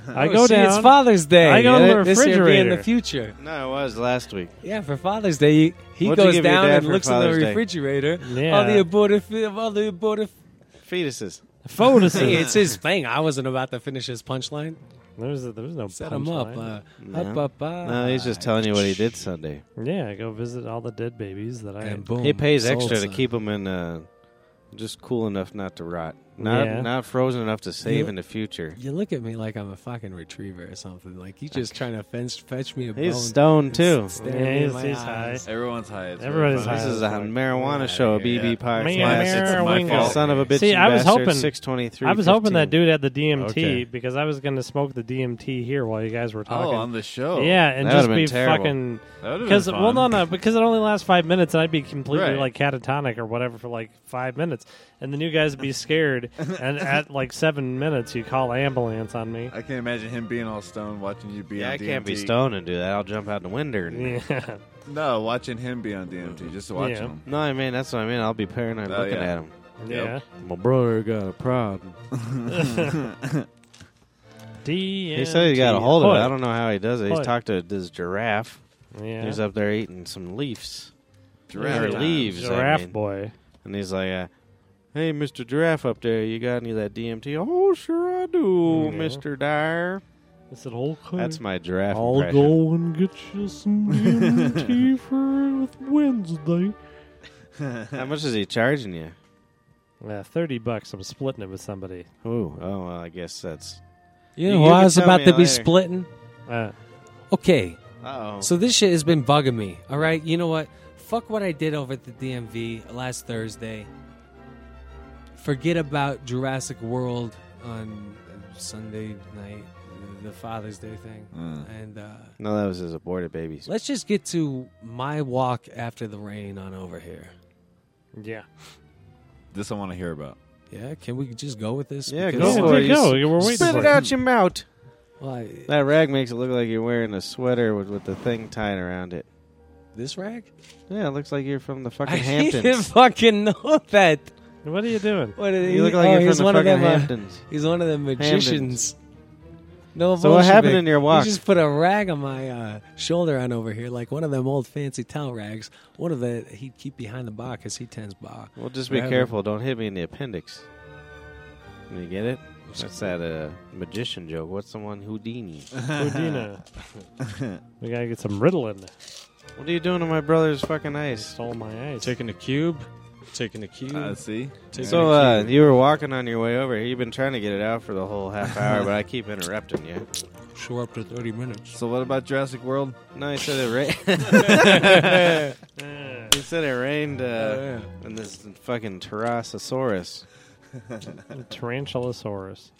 E: I
B: Oh,
E: go
B: see,
E: down.
B: It's Father's Day.
E: I go to the
B: This year be in
E: refrigerator.
B: the future.
C: No, it was last week.
B: Yeah, for Father's Day, he
C: What'd you
B: goes
C: give your
B: down
C: dad
B: and
C: for
B: looks in the
C: Father's Day?
B: refrigerator.
E: Yeah.
B: All the aborted, fi- all the aborted.
C: Fetuses.
B: Hey,
E: Fotuses.
B: it's his thing. I wasn't about to finish his punchline.
E: there was there was no
B: Set him up.
E: punchline.
B: Uh,
C: No.
B: Up, up, up.
E: Ah,
B: uh,
C: No, he's just telling you what he did Sunday.
E: yeah, I go visit all the dead babies that I
B: And boom.
C: He pays
B: sold,
C: extra to
B: son.
C: keep them in uh, just cool enough not to rot, not
E: Yeah.
C: not frozen enough to save
B: You-
C: in the future.
B: You look at me like I'm a fucking retriever or something. Like you just trying to fence, fetch me a
E: Oh,
C: He's
B: bone.
C: stoned too.
B: It's staring me in
E: He's-
B: my
E: he's
B: eyes.
D: Everyone's high. It's very
E: Everybody's
D: funny.
E: high.
C: This is a
E: Fuck.
C: merrijuana show, a BB
D: Yeah.
E: Yeah,
D: Minus,
C: podcast.
D: it's my
E: Wingo.
D: fault.
C: Son of a bitch!
E: See,
C: you
E: I was
C: bastard,
E: hoping-
C: 623.
E: I was hoping that dude had the DMT
B: Okay.
E: because I was going to smoke the DMT here while you guys were
D: Oh,
E: talking.
D: on the show.
E: yeah, and
C: That
E: just
C: would've been
E: be
C: terrible.
E: fucking
D: That would've been
E: Because well,
D: fun.
E: no, no, because it only lasts five minutes, and I'd be completely
D: Right.
E: like catatonic or whatever for like five minutes, and the new guys would be scared. and at like seven minutes, you call ambulance on me.
D: I can imagine him being all stoned, watching you be
C: Yeah,
D: on
C: I
D: DMT.
C: can't be stoned and do that. I'll jump out the window. And,
E: Yeah,
D: No, watching him be on DMT, just watching
E: Yeah.
D: him.
C: No, I mean that's what I mean. I'll be paranoid
D: Oh,
C: looking
D: yeah.
C: at him.
E: yeah.
C: My brother got a problem.
E: DMT.
C: He said he got a hold of it. I don't know how he does it. He's
E: Hood.
C: talked to this giraffe.
E: Yeah.
C: He's up there eating some leaves,
D: Giraffe
C: Or
D: time.
C: leaves. I
E: giraffe
C: mean.
E: boy.
C: and he's like, uh, "Hey, Mister Giraffe up there, you got any of that DMT?" Oh, sure I do,
E: Yeah.
C: Mister Dyer.
E: I said, okay.
C: That's my giraffe
E: I'll
C: impression.
E: go and get you some DMT for Wednesday.
C: How much is he charging you?
E: Yeah, thirty bucks. I'm splitting it with somebody.
C: Ooh, oh well, I guess that's.
B: You
C: You
B: know, who I
C: can
B: was
C: tell
B: about
C: me
B: to be
C: later.
B: splitting.
E: Uh,
B: Okay,
C: Oh,
B: So this shit has been bugging me. All right, you know what? Fuck what I did over at the DMV last Thursday. Forget about Jurassic World on Sunday night, the Father's Day thing,
D: Mm.
B: and uh,
C: no, that was his aborted babies.
B: let's just get to my walk after the rain on over here.
E: yeah.
D: This I want to hear about.
B: Yeah, can we just go with this?
C: Yeah,
B: Because-
E: Yeah,
C: for it.
E: go. We're waiting
C: Spit
E: for
C: it
E: you.
C: out your mouth.
B: Well, I-
C: That rag makes it look like you're wearing a sweater with, with the thing tied around it.
B: this rag?
C: Yeah, it looks like you're from the fucking
B: I didn't
C: Hamptons.
B: fucking know that.
E: What are you doing?
B: What,
C: You look like
B: oh,
C: you're
B: he's
C: from the
B: one
C: fucking
B: of them, uh,
C: Hamptons.
B: He's one of the magicians. No
C: So what
B: bullshit,
C: happened
B: Vic.
C: in your walk?
B: You just put a rag on my uh, shoulder on over here, like one of them old fancy towel rags. One of the he'd keep behind the bar because he tends bar.
C: Well, just be
B: Rather-
C: careful. Don't hit me in the appendix. You get it? That's that uh, magician joke. What's the one Houdini?
E: Houdina. we gotta get some Ritalin.
C: what are you doing to my brother's fucking
E: They
C: ice?
E: stole my ice.
B: Taking the cube, taking the cube.
D: Uh, see,
B: taking
C: So
B: the
C: uh,
B: cube.
C: you were walking on your way over here. You've been trying to get it out for the whole half hour, but I keep interrupting you.
B: show up to thirty minutes.
D: so what about Jurassic World?
C: No, he said it rained. he said it rained uh,
B: Yeah.
C: in this fucking Tyrannosaurus.
E: Tarantulosaurus.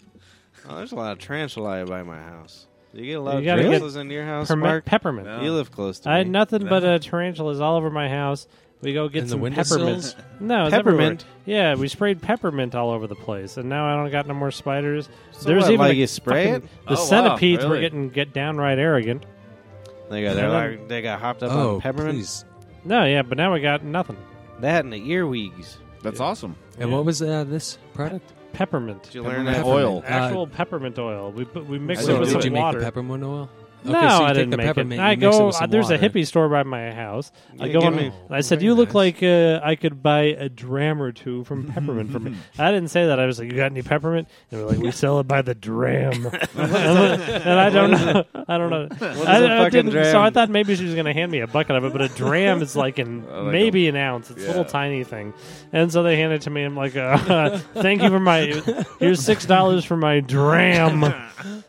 C: Oh, there's a lot of tarantulae by my house. Do you get a lot
E: You
C: of
E: gotta get
C: tarantulas in your house,
E: Perme-
C: Mark?
E: peppermint.
D: No.
C: You live close to
E: I had
C: me.
E: nothing but uh, tarantulas all over my house. We go get
B: In the
E: some
B: windowsills?
E: peppermint. No, it's
C: Peppermint?
E: everywhere. Yeah, we sprayed peppermint all over the place, and now I don't got no more spiders.
C: So what, like you spray
E: fucking-
C: it?
E: The
D: Oh, wow,
E: centipedes were
D: really?
E: getting get downright arrogant.
C: They got they're like, they got hopped up
B: oh,
C: on peppermint.
B: please.
E: No, yeah, but now we got nothing.
C: That and the earwigs.
D: That's awesome.
B: And
E: Yeah.
B: what was uh, this product?
E: Peppermint, Uh,
C: Did you learn that?
B: Peppermint. Uh,
D: Oil.
E: actual peppermint oil. We put, we mix
D: So
E: it with
B: did
E: some
B: you make
E: water.
B: the peppermint oil? Okay,
E: no,
B: so you
E: I
B: take
E: didn't
B: the
E: make it.
B: peppermint,
E: I
B: you mix it
E: go.
B: with some
E: uh, there's a
B: water.
E: hippie store by my house. I
C: Yeah,
E: go.
C: give
E: in-
C: me-
E: I said,
B: Very
E: "You look
B: nice.
E: like uh, I could buy a dram or two from peppermint for me." I didn't say that. I was like, "You got any peppermint?" And they're like, "We sell it by the dram." and I don't know. I don't know. I,
C: a
E: I
C: fucking
E: didn't- So I
C: dram?
E: thought maybe she was going to hand me a bucket of it, but a dram is like an
D: like
E: maybe an ounce. It's a little
D: yeah.
E: tiny thing. And so they handed it to me. I'm like, uh, "Thank you for my. Here's six dollars for my dram."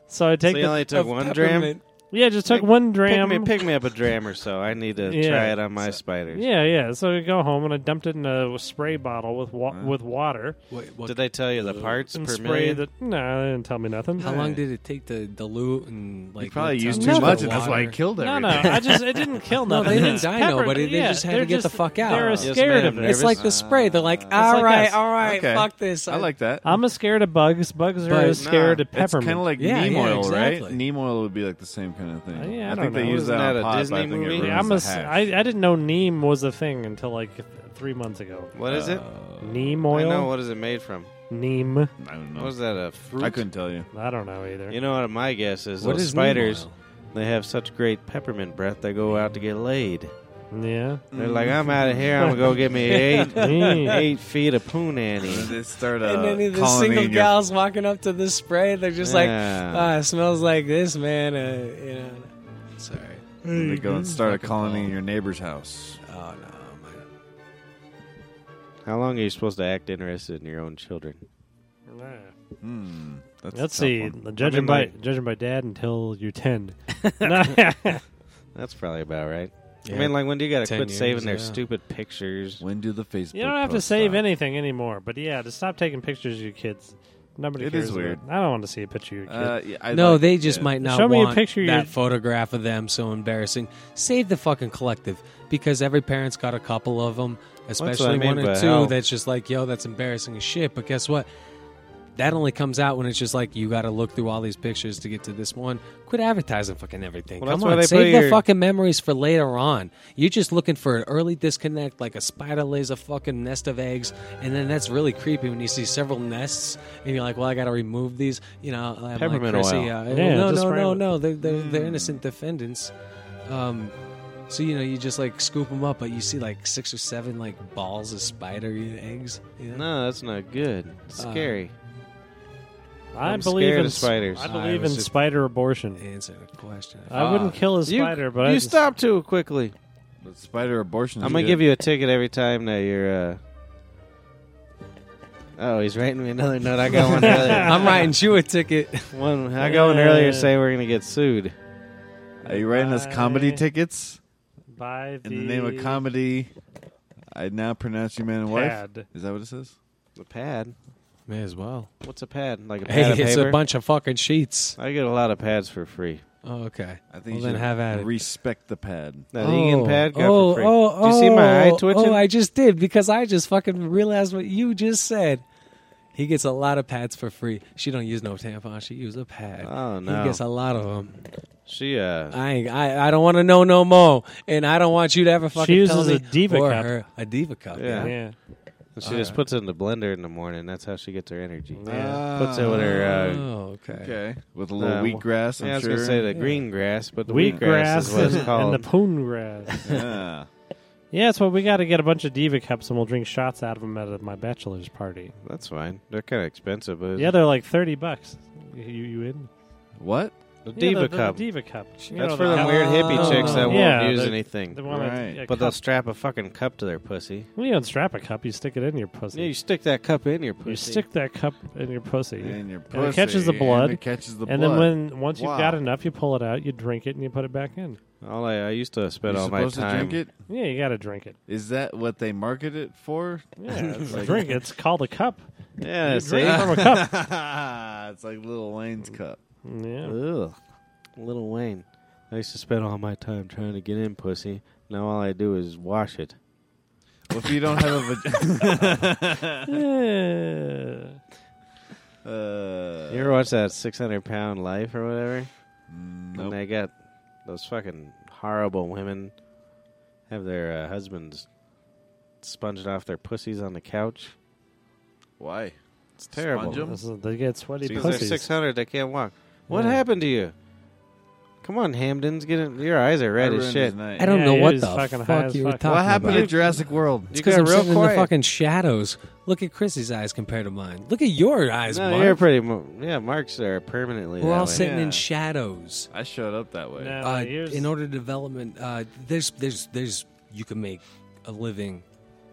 E: So I
C: So
E: take the
C: you only took
B: Of
C: one dram.
B: peppermint.
E: yeah, just took one
C: Pick
E: dram.
C: me, pick me up a dram or so. I need to
E: Yeah.
C: try it on my spiders.
E: Yeah, yeah. So I go home and I dumped it in a spray bottle with wa- with water
B: Wait, what-
C: Did they tell you the parts
E: and
C: per
E: spray
C: million?
E: that. No, they didn't tell me nothing.
B: How long did it take to dilute and like?
D: you probably
B: what
D: used
B: temperature
D: too much,
B: of
D: and that's why I
B: water?
D: killed
E: No,
D: everything.
E: no. I just it didn't kill
B: No,
E: nothing.
B: they didn't
E: It's
B: die
E: pepper-
B: nobody. They
E: yeah,
B: just had to
E: they're
B: get the
E: just-
B: fuck out.
E: They're
B: Yes,
E: scared
C: ma'am,
E: of it.
C: nervous.
B: It's like the spray. They're like, all
E: like
B: right,
E: us.
B: all right,
D: Okay.
B: fuck this.
D: I like that.
E: I'm as scared of bugs. Bugs are
B: But-
E: as scared
C: Nah,
E: of
D: It's
E: peppermint.
D: kind of like
B: Yeah,
D: neem
B: yeah,
D: oil, right?
B: exactly.
D: Neem oil would be like the same kind of
E: Uh,
D: thing.
E: yeah, I
D: I,
E: don't
D: think they
E: know.
D: use
C: Wasn't
D: that, on
C: that a
D: pot, but
C: Disney
D: I think it
C: movie?
D: ruins
E: Yeah, I'm
D: the
E: as-
D: hash.
E: I, I didn't know neem was a thing until like three months ago.
C: What is it?
B: Oh.
E: Neem
C: I know.
E: uh, oil. Oh.
C: What is it made from?
E: Neem.
D: I don't
C: What
D: know.
C: is that? A fruit?
D: I couldn't tell you.
E: I don't know either.
C: You know what? My guess is
B: What
C: those
B: is neem
C: spiders.
B: oil?
C: They have such great peppermint breath. They go out to get laid.
E: Yeah.
C: They're like, I'm out of here. I'm gonna go get me eight eight feet of poonanny.
D: They start
B: And
D: a
B: any of the
D: colony
B: single
D: in your-
B: gals walking up to this spray, they're just like,
C: Yeah.
B: ah, it smells like this, man. Uh, you know. Sorry.
D: They go and start a
B: Fucking
D: colony in
B: bald.
D: your neighbor's house.
B: Oh no, man.
C: How long are you supposed to act interested in your own children?
E: Yeah.
D: Hmm. That's a
E: Let's
D: tough
E: see.
D: one.
E: Judging
C: I
E: by
C: mean,
E: judging by dad until you're ten. No.
C: That's probably about right. I
B: Yeah.
C: mean, like, when do you gotta
B: 10
C: quit
B: years,
C: saving their
B: yeah.
C: stupid pictures?
D: When do the Facebook?
E: You don't have to
D: posts
E: save
D: stop?
E: anything anymore, but yeah, to stop taking pictures of your kids. Nobody
D: It
E: cares.
D: is
E: about
D: weird.
E: I don't want to see a picture of your kid.
D: Uh, yeah, I
B: no,
D: like-
B: they just
D: yeah.
B: might not
E: Show me a
B: want
E: picture of
B: that
E: your-
B: photograph of them. So embarrassing. Save the fucking collective because every parent's got a couple of them,
C: what
B: especially
C: I mean
B: one or
C: by
B: two.
C: hell.
B: That's just like, yo, that's embarrassing as shit. But guess what? That only comes out when it's just like you got to look through all these pictures to get to this one. Quit advertising fucking everything.
C: Well, that's
B: Come
C: why
B: on,
C: they
B: save
C: put
B: the
C: your-
B: fucking memories for later on. You're just looking for an early disconnect, like a spider lays a fucking nest of eggs, and then that's really creepy when you see several nests and you're like, "Well, I got to remove these." You know, I'm like,
C: Peppermint
B: Chrissy,
C: oil.
B: uh,
E: Yeah,
B: no,
E: just
B: no,
E: spray
B: no,
E: it.
B: no. They're, they're, they're innocent defendants. Um, so you know, you just like scoop them up, but you see like six or seven like balls of spider eggs. You know?
C: No, that's not good. It's
B: Uh,
C: scary.
E: I
C: I'm
E: believe
C: scared
E: in
C: of spiders.
E: I
B: I
E: believe in
B: was just-
E: spider abortion.
B: Answer the question.
E: I wouldn't kill a
C: you,
E: spider, but I
C: you
E: just-
C: stop too quickly.
D: But spider abortion.
C: I'm gonna give you a ticket every time that you're. uh Oh, he's writing me another note. I got one earlier.
B: I'm writing you a ticket.
C: One, I got one earlier to say we're gonna get sued.
D: Are you writing us comedy
E: Bye.
D: tickets
E: by the,
D: in the name of comedy? I now pronounce you man and wife.
E: Pad.
D: Is that what it says?
C: The pad.
B: May as well.
C: What's a pad? Like a pad
B: Hey,
C: of
B: it's
C: paper?
B: a bunch of fucking sheets.
C: I get a lot of pads for free.
B: Oh, okay.
D: I think
B: Well,
D: you
B: then
D: should
B: have at it.
D: respect the pad.
C: That Egan pad got
B: oh,
C: for free.
B: Oh, oh,
C: Do you see my eye twitching?
B: Oh, I just did because I just fucking realized what you just said. He gets a lot of pads for free. She don't use no tampon. She use a pad.
C: Oh,
B: He
C: no.
B: gets a lot of them.
C: she uh,
B: I ain't, I, I don't want to know no more, and I don't want you to ever fucking
E: uses
B: tell me
E: a Diva
B: or
E: cup.
B: her a diva cup.
C: Yeah.
E: Yeah.
C: She just puts it in the blender in the morning. That's how she gets her energy.
E: Yeah.
C: Puts it with her. Uh,
B: oh, okay.
D: Ah, Okay, with a little
C: Uh,
D: wheatgrass. I'm
C: yeah, I was
D: sure.
C: gonna say the green grass, but the wheat,
E: Wheat
C: grass,
E: grass
C: is what
E: and,
C: it's called.
E: and the poon grass.
D: yeah.
E: yeah, so we got to get a bunch of diva cups and we'll drink shots out of them at my bachelor's party.
C: That's fine. They're kind of expensive, but
E: Yeah, they're like thirty bucks. You you in?
D: What?
C: the
E: Yeah,
C: diva
E: the- the- the
C: cup.
E: diva cup. You
C: That's
E: know,
C: for
E: the
C: them
E: cup-
C: weird hippie
B: Oh.
C: chicks that
E: Yeah,
C: won't use
E: the-
C: anything.
E: They want a-
D: Right.
E: a
C: but they'll
E: cup.
C: strap a fucking cup to their pussy.
E: Well, you don't strap a cup. You stick it in your pussy.
C: Yeah, you stick that cup in your pussy.
E: You stick that cup in your pussy.
D: And your
E: And
D: pussy.
E: it catches the blood,
D: And it catches the
E: and
D: blood.
E: then when once you've got
D: Wow.
E: enough, you pull it out, you drink it, and you put it back in.
C: All I, I used to spend
D: You're
C: all my
D: supposed
C: time.
D: to drink it.
E: Yeah, you got to drink it.
D: Is that what they market it for?
E: Yeah, it's a
D: Like-
E: drink. It's called a cup.
C: Yeah,
E: You
C: see?
E: drink from a cup.
D: it's like Little Wayne's cup.
E: Yeah.
C: Ugh. Little Wayne. I used to spend all my time trying to get in pussy. Now all I do is wash it.
D: Well, if you don't have a vagina,
E: Yeah.
D: uh,
C: You ever watch that 600 pound life or whatever? And
D: Mm, nope.
C: they got those fucking horrible women have their uh, husbands sponging off their pussies on the couch.
D: Why?
C: It's terrible.
D: Sponge 'em?
E: This is- they get sweaty
C: Because they're
E: pussies.
C: 600, they can't walk. What
E: Yeah.
C: happened to you? Come on, Hamdens, get in. Your eyes are
D: I
C: red as
D: ruined
C: shit.
D: his night.
B: I don't
E: Yeah,
B: know
E: it
B: what
E: is
B: the
E: fucking
B: fuck,
E: high as
B: you were
E: fuck.
B: talking
D: What happened
B: about.
D: to Jurassic World?
C: You
B: because
C: got
B: I'm
C: real
B: sitting in
C: quiet.
B: the fucking shadows. Look at Chris's eyes compared to mine. Look at your eyes,
C: no,
B: Mark.
C: you're pretty. Mo- yeah, Mark's there permanently.
B: We're
C: that
B: all
C: way.
B: sitting
D: Yeah.
B: in shadows.
D: I showed up that way.
E: No,
B: uh,
E: yours-
B: in order to development, uh, there's there's there's you can make a living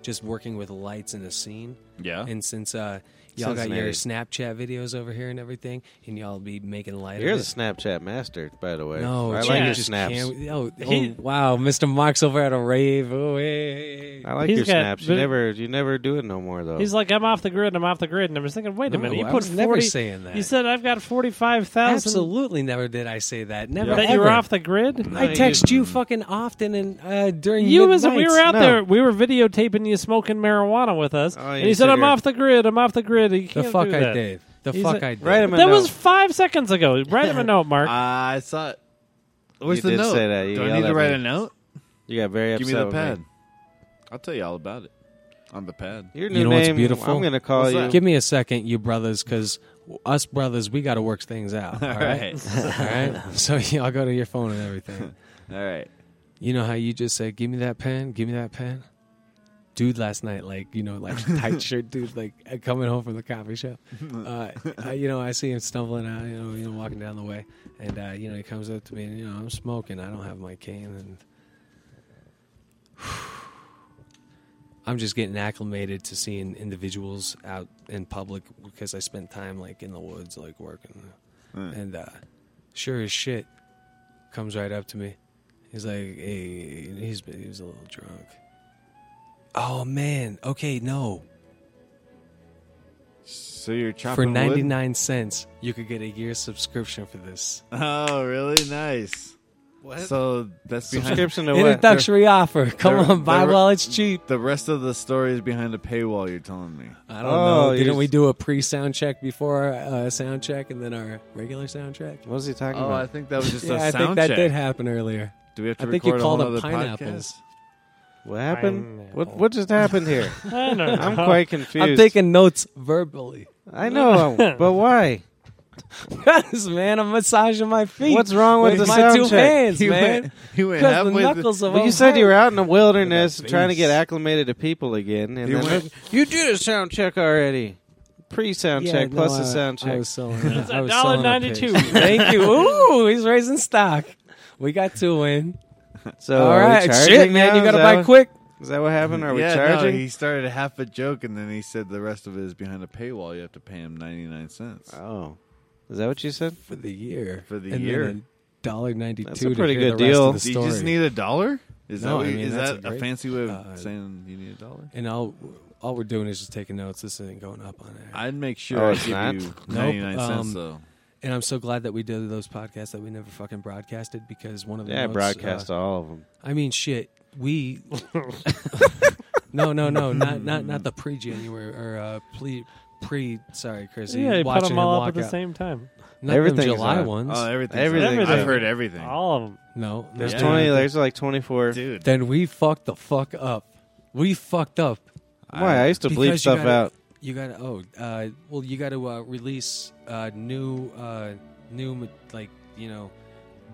B: just working with lights in a scene.
D: Yeah.
B: And since uh, y'all got your Snapchat videos over here and everything, and y'all be making light.
C: You're
B: of
C: the
B: it.
C: Snapchat master, by the way.
B: no,
C: I
B: geez,
C: like
B: you
C: your
B: just
C: snaps.
B: can't- Oh, oh,
E: He-
B: wow, Mr. Mark's over at a rave. Oh, hey.
C: I like
E: He's
C: your
E: got-
C: snaps. You
E: but-
C: never, you never do it no more though.
E: He's like, I'm off the grid. I'm off the grid. And I was thinking, wait a
B: No,
E: minute. You
B: I
E: put
B: was never
E: forty.
B: saying that.
E: You said I've got forty-five thousand.
B: Absolutely never did I say that. Never.
E: That you were
B: ever.
E: off the grid.
B: I text you fucking often and uh, during
E: You was we were out
C: No.
E: there. We were videotaping you smoking marijuana with us,
C: Oh,
E: and
C: you
E: he said,
C: said
E: "I'm
C: you're-
E: off the grid. I'm off the grid." You
B: The
E: can't
B: fuck
E: do
B: I
E: that.
B: did. The
E: He's
B: fuck
E: a-
B: I did.
C: Write him a
E: That
C: note.
E: was five seconds ago. Write him a note, Mark.
D: I saw it. Where's
C: You
D: the
C: did
D: note?
C: say that. You
D: Do I
C: yelled
D: need
C: at
D: to write
C: me.
D: a note?
C: you got very
D: Give
C: upset.
D: me the
C: with
D: pad. I'll tell you all about it on the pad.
C: Your new
B: You know
C: name.
B: what's beautiful?
C: I'm gonna call
D: What's
C: you.
D: that?
B: Give me a second, you brothers, because us brothers, we got to work things out. All right. all right. So y'all go to your phone and everything.
D: All right.
B: You know how you just said, "Give me that pen, give me that pen," dude. Last night, like you know, like tight shirt, dude, like uh, coming home from the coffee shop. Uh, I, you know, I see him stumbling out, you know, you know, walking down the way, and uh, you know, he comes up to me, and you know, I'm smoking, I don't have my cane, and I'm just getting acclimated to seeing individuals out in public because I spent time like in the woods, like working, and uh, sure as shit, comes right up to me. He's like, hey, he's he was a little drunk. Oh man, okay, no.
D: So you're chopping
B: For
D: wood?
B: ninety nine cents, you could get a year subscription for this.
D: Oh, really nice. What? So that's behind
C: Subscription to what?
B: Introductory offer. Come
D: they're-
B: on, buy
D: they're-
B: while it's cheap.
D: the rest of the story is behind a paywall. You're telling me.
B: I don't
C: Oh,
B: know.
C: you
B: Didn't
C: just-
B: we do a pre sound check before our uh, sound check and then our regular sound check?
C: What was he talking
D: Oh, I
C: about?
D: think that was just
B: yeah,
D: a
B: I
D: sound
B: think that
D: check.
B: did happen earlier.
D: Do we have to
B: I think you
D: record
B: called
D: a whole
B: them
D: other
B: pineapples.
D: podcast?
C: What happened?
E: Pineapple.
C: What what just happened here?
E: I don't know.
C: I'm quite confused.
B: I'm taking notes verbally.
C: I know, but why?
B: Yes, man, I'm massaging my feet.
C: What's wrong with
B: with
C: the
B: my
C: sound
B: two
C: check?
B: hands,
D: He
B: man?
D: went- he went
B: Because the
D: halfway through-
B: knuckles of
C: Well, you
B: all
C: said you
B: hands.
C: were out in the wilderness trying to
B: face.
C: get acclimated to people again, and
D: You
C: then
D: went-
C: look, you did a sound check already. Pre-sound check
B: no,
C: plus
B: I-
C: a sound check.
B: I was selling. It's
E: a dollar 92.
B: Thank you. Ooh, he's raising stock. We got two in.
C: so
B: All
C: are Oh, we
B: right,
C: charging
B: shit, man,
C: now?
B: you
C: Is
B: gotta
C: that
B: buy
C: what-
B: quick.
C: Is that what happened? Are we
D: yeah,
C: charging?
D: No, he started half a joke and then he said the rest of it is behind a paywall. You have to pay him 99 cents.
C: Oh, is that what you said?
B: For the year.
D: For the
B: And then
D: year.
B: a Dollar ninety two.
C: That's a pretty good
B: the rest
C: deal.
B: Of the
D: Do
B: story.
D: you just need a dollar? Is
B: No,
D: that, what
B: I
D: you-
B: mean,
D: is
B: that's
D: that
B: a
D: a,
B: great-
D: fancy way of
B: uh,
D: saying you need a dollar?
B: and all all we're doing is just taking notes. This isn't going up on air.
D: I'd make sure
C: Oh,
D: I
C: it's
D: give
C: not?
D: you
B: Nope,
D: 99 cents
B: um,
D: though.
B: and I'm so glad that we did those podcasts that we never fucking broadcasted because one of the
C: Yeah, I
B: notes,
C: broadcast
B: uh,
C: all of them.
B: I mean, shit. We. no, no, no, not not not the pre-January or uh, pre pre. Sorry, Chris.
E: yeah, you put
B: watching
E: them
B: him
E: all up
B: walk
E: at the
B: out.
E: same time.
B: Not them
C: Everything's
B: July
C: on.
B: ones.
D: Oh, everything.
C: everything.
D: I've
E: Everything.
D: heard everything.
E: All of them.
B: no,
C: There's
B: no.
D: Yeah.
C: twenty. There's like twenty-four.
D: Dude.
B: Then we fucked the fuck up. We fucked up.
C: Why? I used to bleep
B: Because you
C: stuff
B: gotta-
C: out.
B: You got to oh uh, well, you got to uh, release uh, new uh, new ma- like you know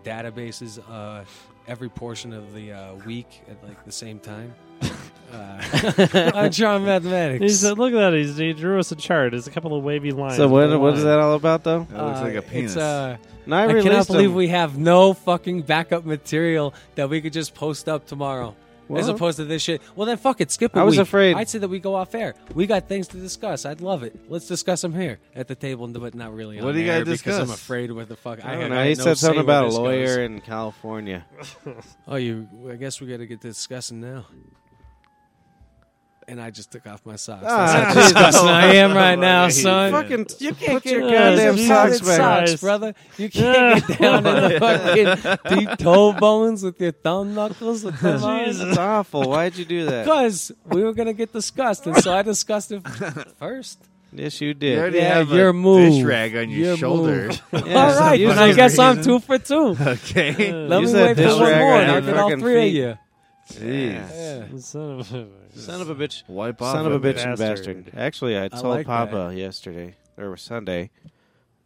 B: databases uh, every portion of the uh, week at like the same time. uh, I draw mathematics.
E: He's, uh, look at that. He's, he drew us a chart. There's a couple of wavy lines.
C: So what?
E: Blue
C: What is
E: line.
C: that all about, though?
D: That looks
B: Uh,
D: like a penis.
B: It's, uh,
C: No, I,
B: I,
C: released
B: cannot believe
C: them.
B: we have no fucking backup material that we could just post up tomorrow. As
C: Well-
B: opposed to this shit. Well, then fuck it. Skip a
C: I was
B: week.
C: afraid-
B: I'd say that we go off air. We got things to discuss. I'd love it. Let's discuss them here at the table, but not really.
D: What
B: on
D: do you
B: air
D: gotta
B: Because I'm
D: discuss?
B: afraid what the fuck.
C: I don't
B: got
C: know. He
B: no
C: said
B: say
C: something
B: where
C: about a
B: this
C: lawyer
B: goes.
C: in California.
B: Oh, you. I guess we got to get to discussing now. And I just took off my socks.
C: Ah,
B: That's how disgusting I am right now,
E: Jesus.
B: son.
C: Fucking, you can't get your
E: your eyes
C: goddamn
E: on
C: socks
E: Jesus.
C: back.
E: Socks.
B: Socks, brother. You can't get down in the fucking deep toe bones with your thumb knuckles. With them on.
C: That's awful. Why'd you do that?
B: Because we were gonna get discussed, and so I discussed it first.
C: Yes, you
D: you
C: did.
D: already
B: yeah,
D: have
B: your
D: a
B: move.
D: dish rag on your,
B: Your
D: shoulder.
C: Yeah,
B: all right,
C: use
B: then I
C: that-
B: guess I'm two for two.
D: okay.
B: Let
C: Use
B: me
C: that
B: wait for
C: dish
B: one more,
C: rag on
B: and
C: your
B: I'll get all
C: fucking
B: three
C: feet.
B: of
C: Jeez.
B: you. Yeah.
E: Son of a.
C: Son of a bitch.
D: Wipe off.
C: Son of a
D: it.
C: bitch and
E: bastard.
C: bastard. Actually, I told
B: like that.
C: Papa yesterday or Sunday.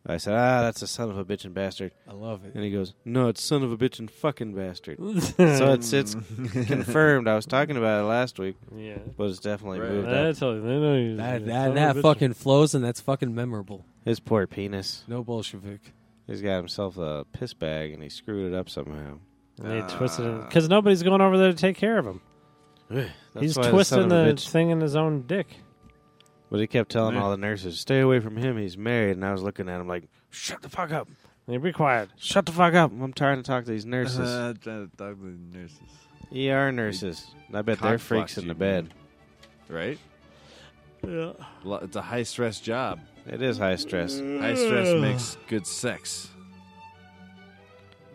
C: I said, "Ah, that's a son of a bitch and bastard,"
B: I love it.
C: and he goes, "No, it's son of a bitch and fucking bastard." so
D: Mm.
C: it's it's confirmed. I was talking about it last week,
E: yeah.
C: but it's definitely
D: Right.
C: moved up.
E: That's all. They know you.
B: That
E: son
B: that,
E: of a
B: that
E: bitch.
B: fucking flows, and that's fucking memorable.
C: His poor penis.
B: No Bolshevik.
C: He's got himself a piss bag, and he screwed it up somehow.
E: And They twisted it because nobody's going over there to take care of him.
C: That's
E: He's
C: why
E: twisting
C: son of a
E: the
C: bitch-
E: thing in his own dick.
C: But he kept telling all the nurses, "Stay away from him. He's married." And I was looking at him like, "Shut the fuck up!
E: Hey, be quiet.
C: Shut the fuck up! I'm trying to talk to these nurses."
D: Uh, the dog with nurses.
C: ER nurses. I bet they're
D: cock
C: freaks
D: blocked
C: in the
D: you.
C: bed.
D: Right?
E: Yeah.
D: Lo- It's a high stress job.
C: It is high stress.
D: High stress makes good sex.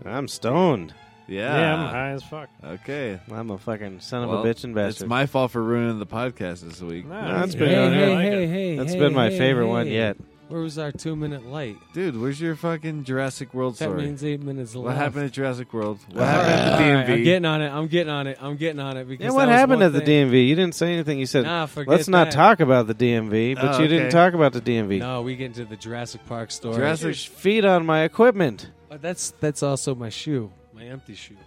C: I'm stoned.
D: Yeah.
E: Yeah, I'm high as fuck.
D: Okay.
C: I'm a fucking son
D: Well,
C: of a bitch and
D: It's
C: bastard.
D: my fault for ruining the podcast this week.
E: No,
C: that's
E: it's
C: been
E: good.
C: on
E: I
C: here.
E: like
B: hey,
E: it.
B: hey,
C: That's
B: hey,
C: been my
B: hey,
C: favorite one
B: hey.
C: yet.
B: Where was our two minute light?
D: Dude, where's your fucking Jurassic World
B: That
D: story?
B: means eight minutes
D: What
B: left.
D: happened at Jurassic World? What
C: All
D: happened
B: Uh, All
D: at
B: right,
D: the
B: I'm
D: DMV?
B: getting on it. I'm getting on it. I'm getting on it because
C: Yeah, what
B: that was
C: happened
B: one
C: at the
B: thing-
C: DMV? You didn't say anything. You said,
B: Nah, forget
C: "Let's not
B: that.
C: talk about the DMV," but
D: Oh,
C: you didn't
D: okay.
C: talk about the DMV.
B: No, we get into the Jurassic Park story.
D: Jurassic-
C: There's feet on my equipment.
B: But that's that's also my shoe, my empty shoe,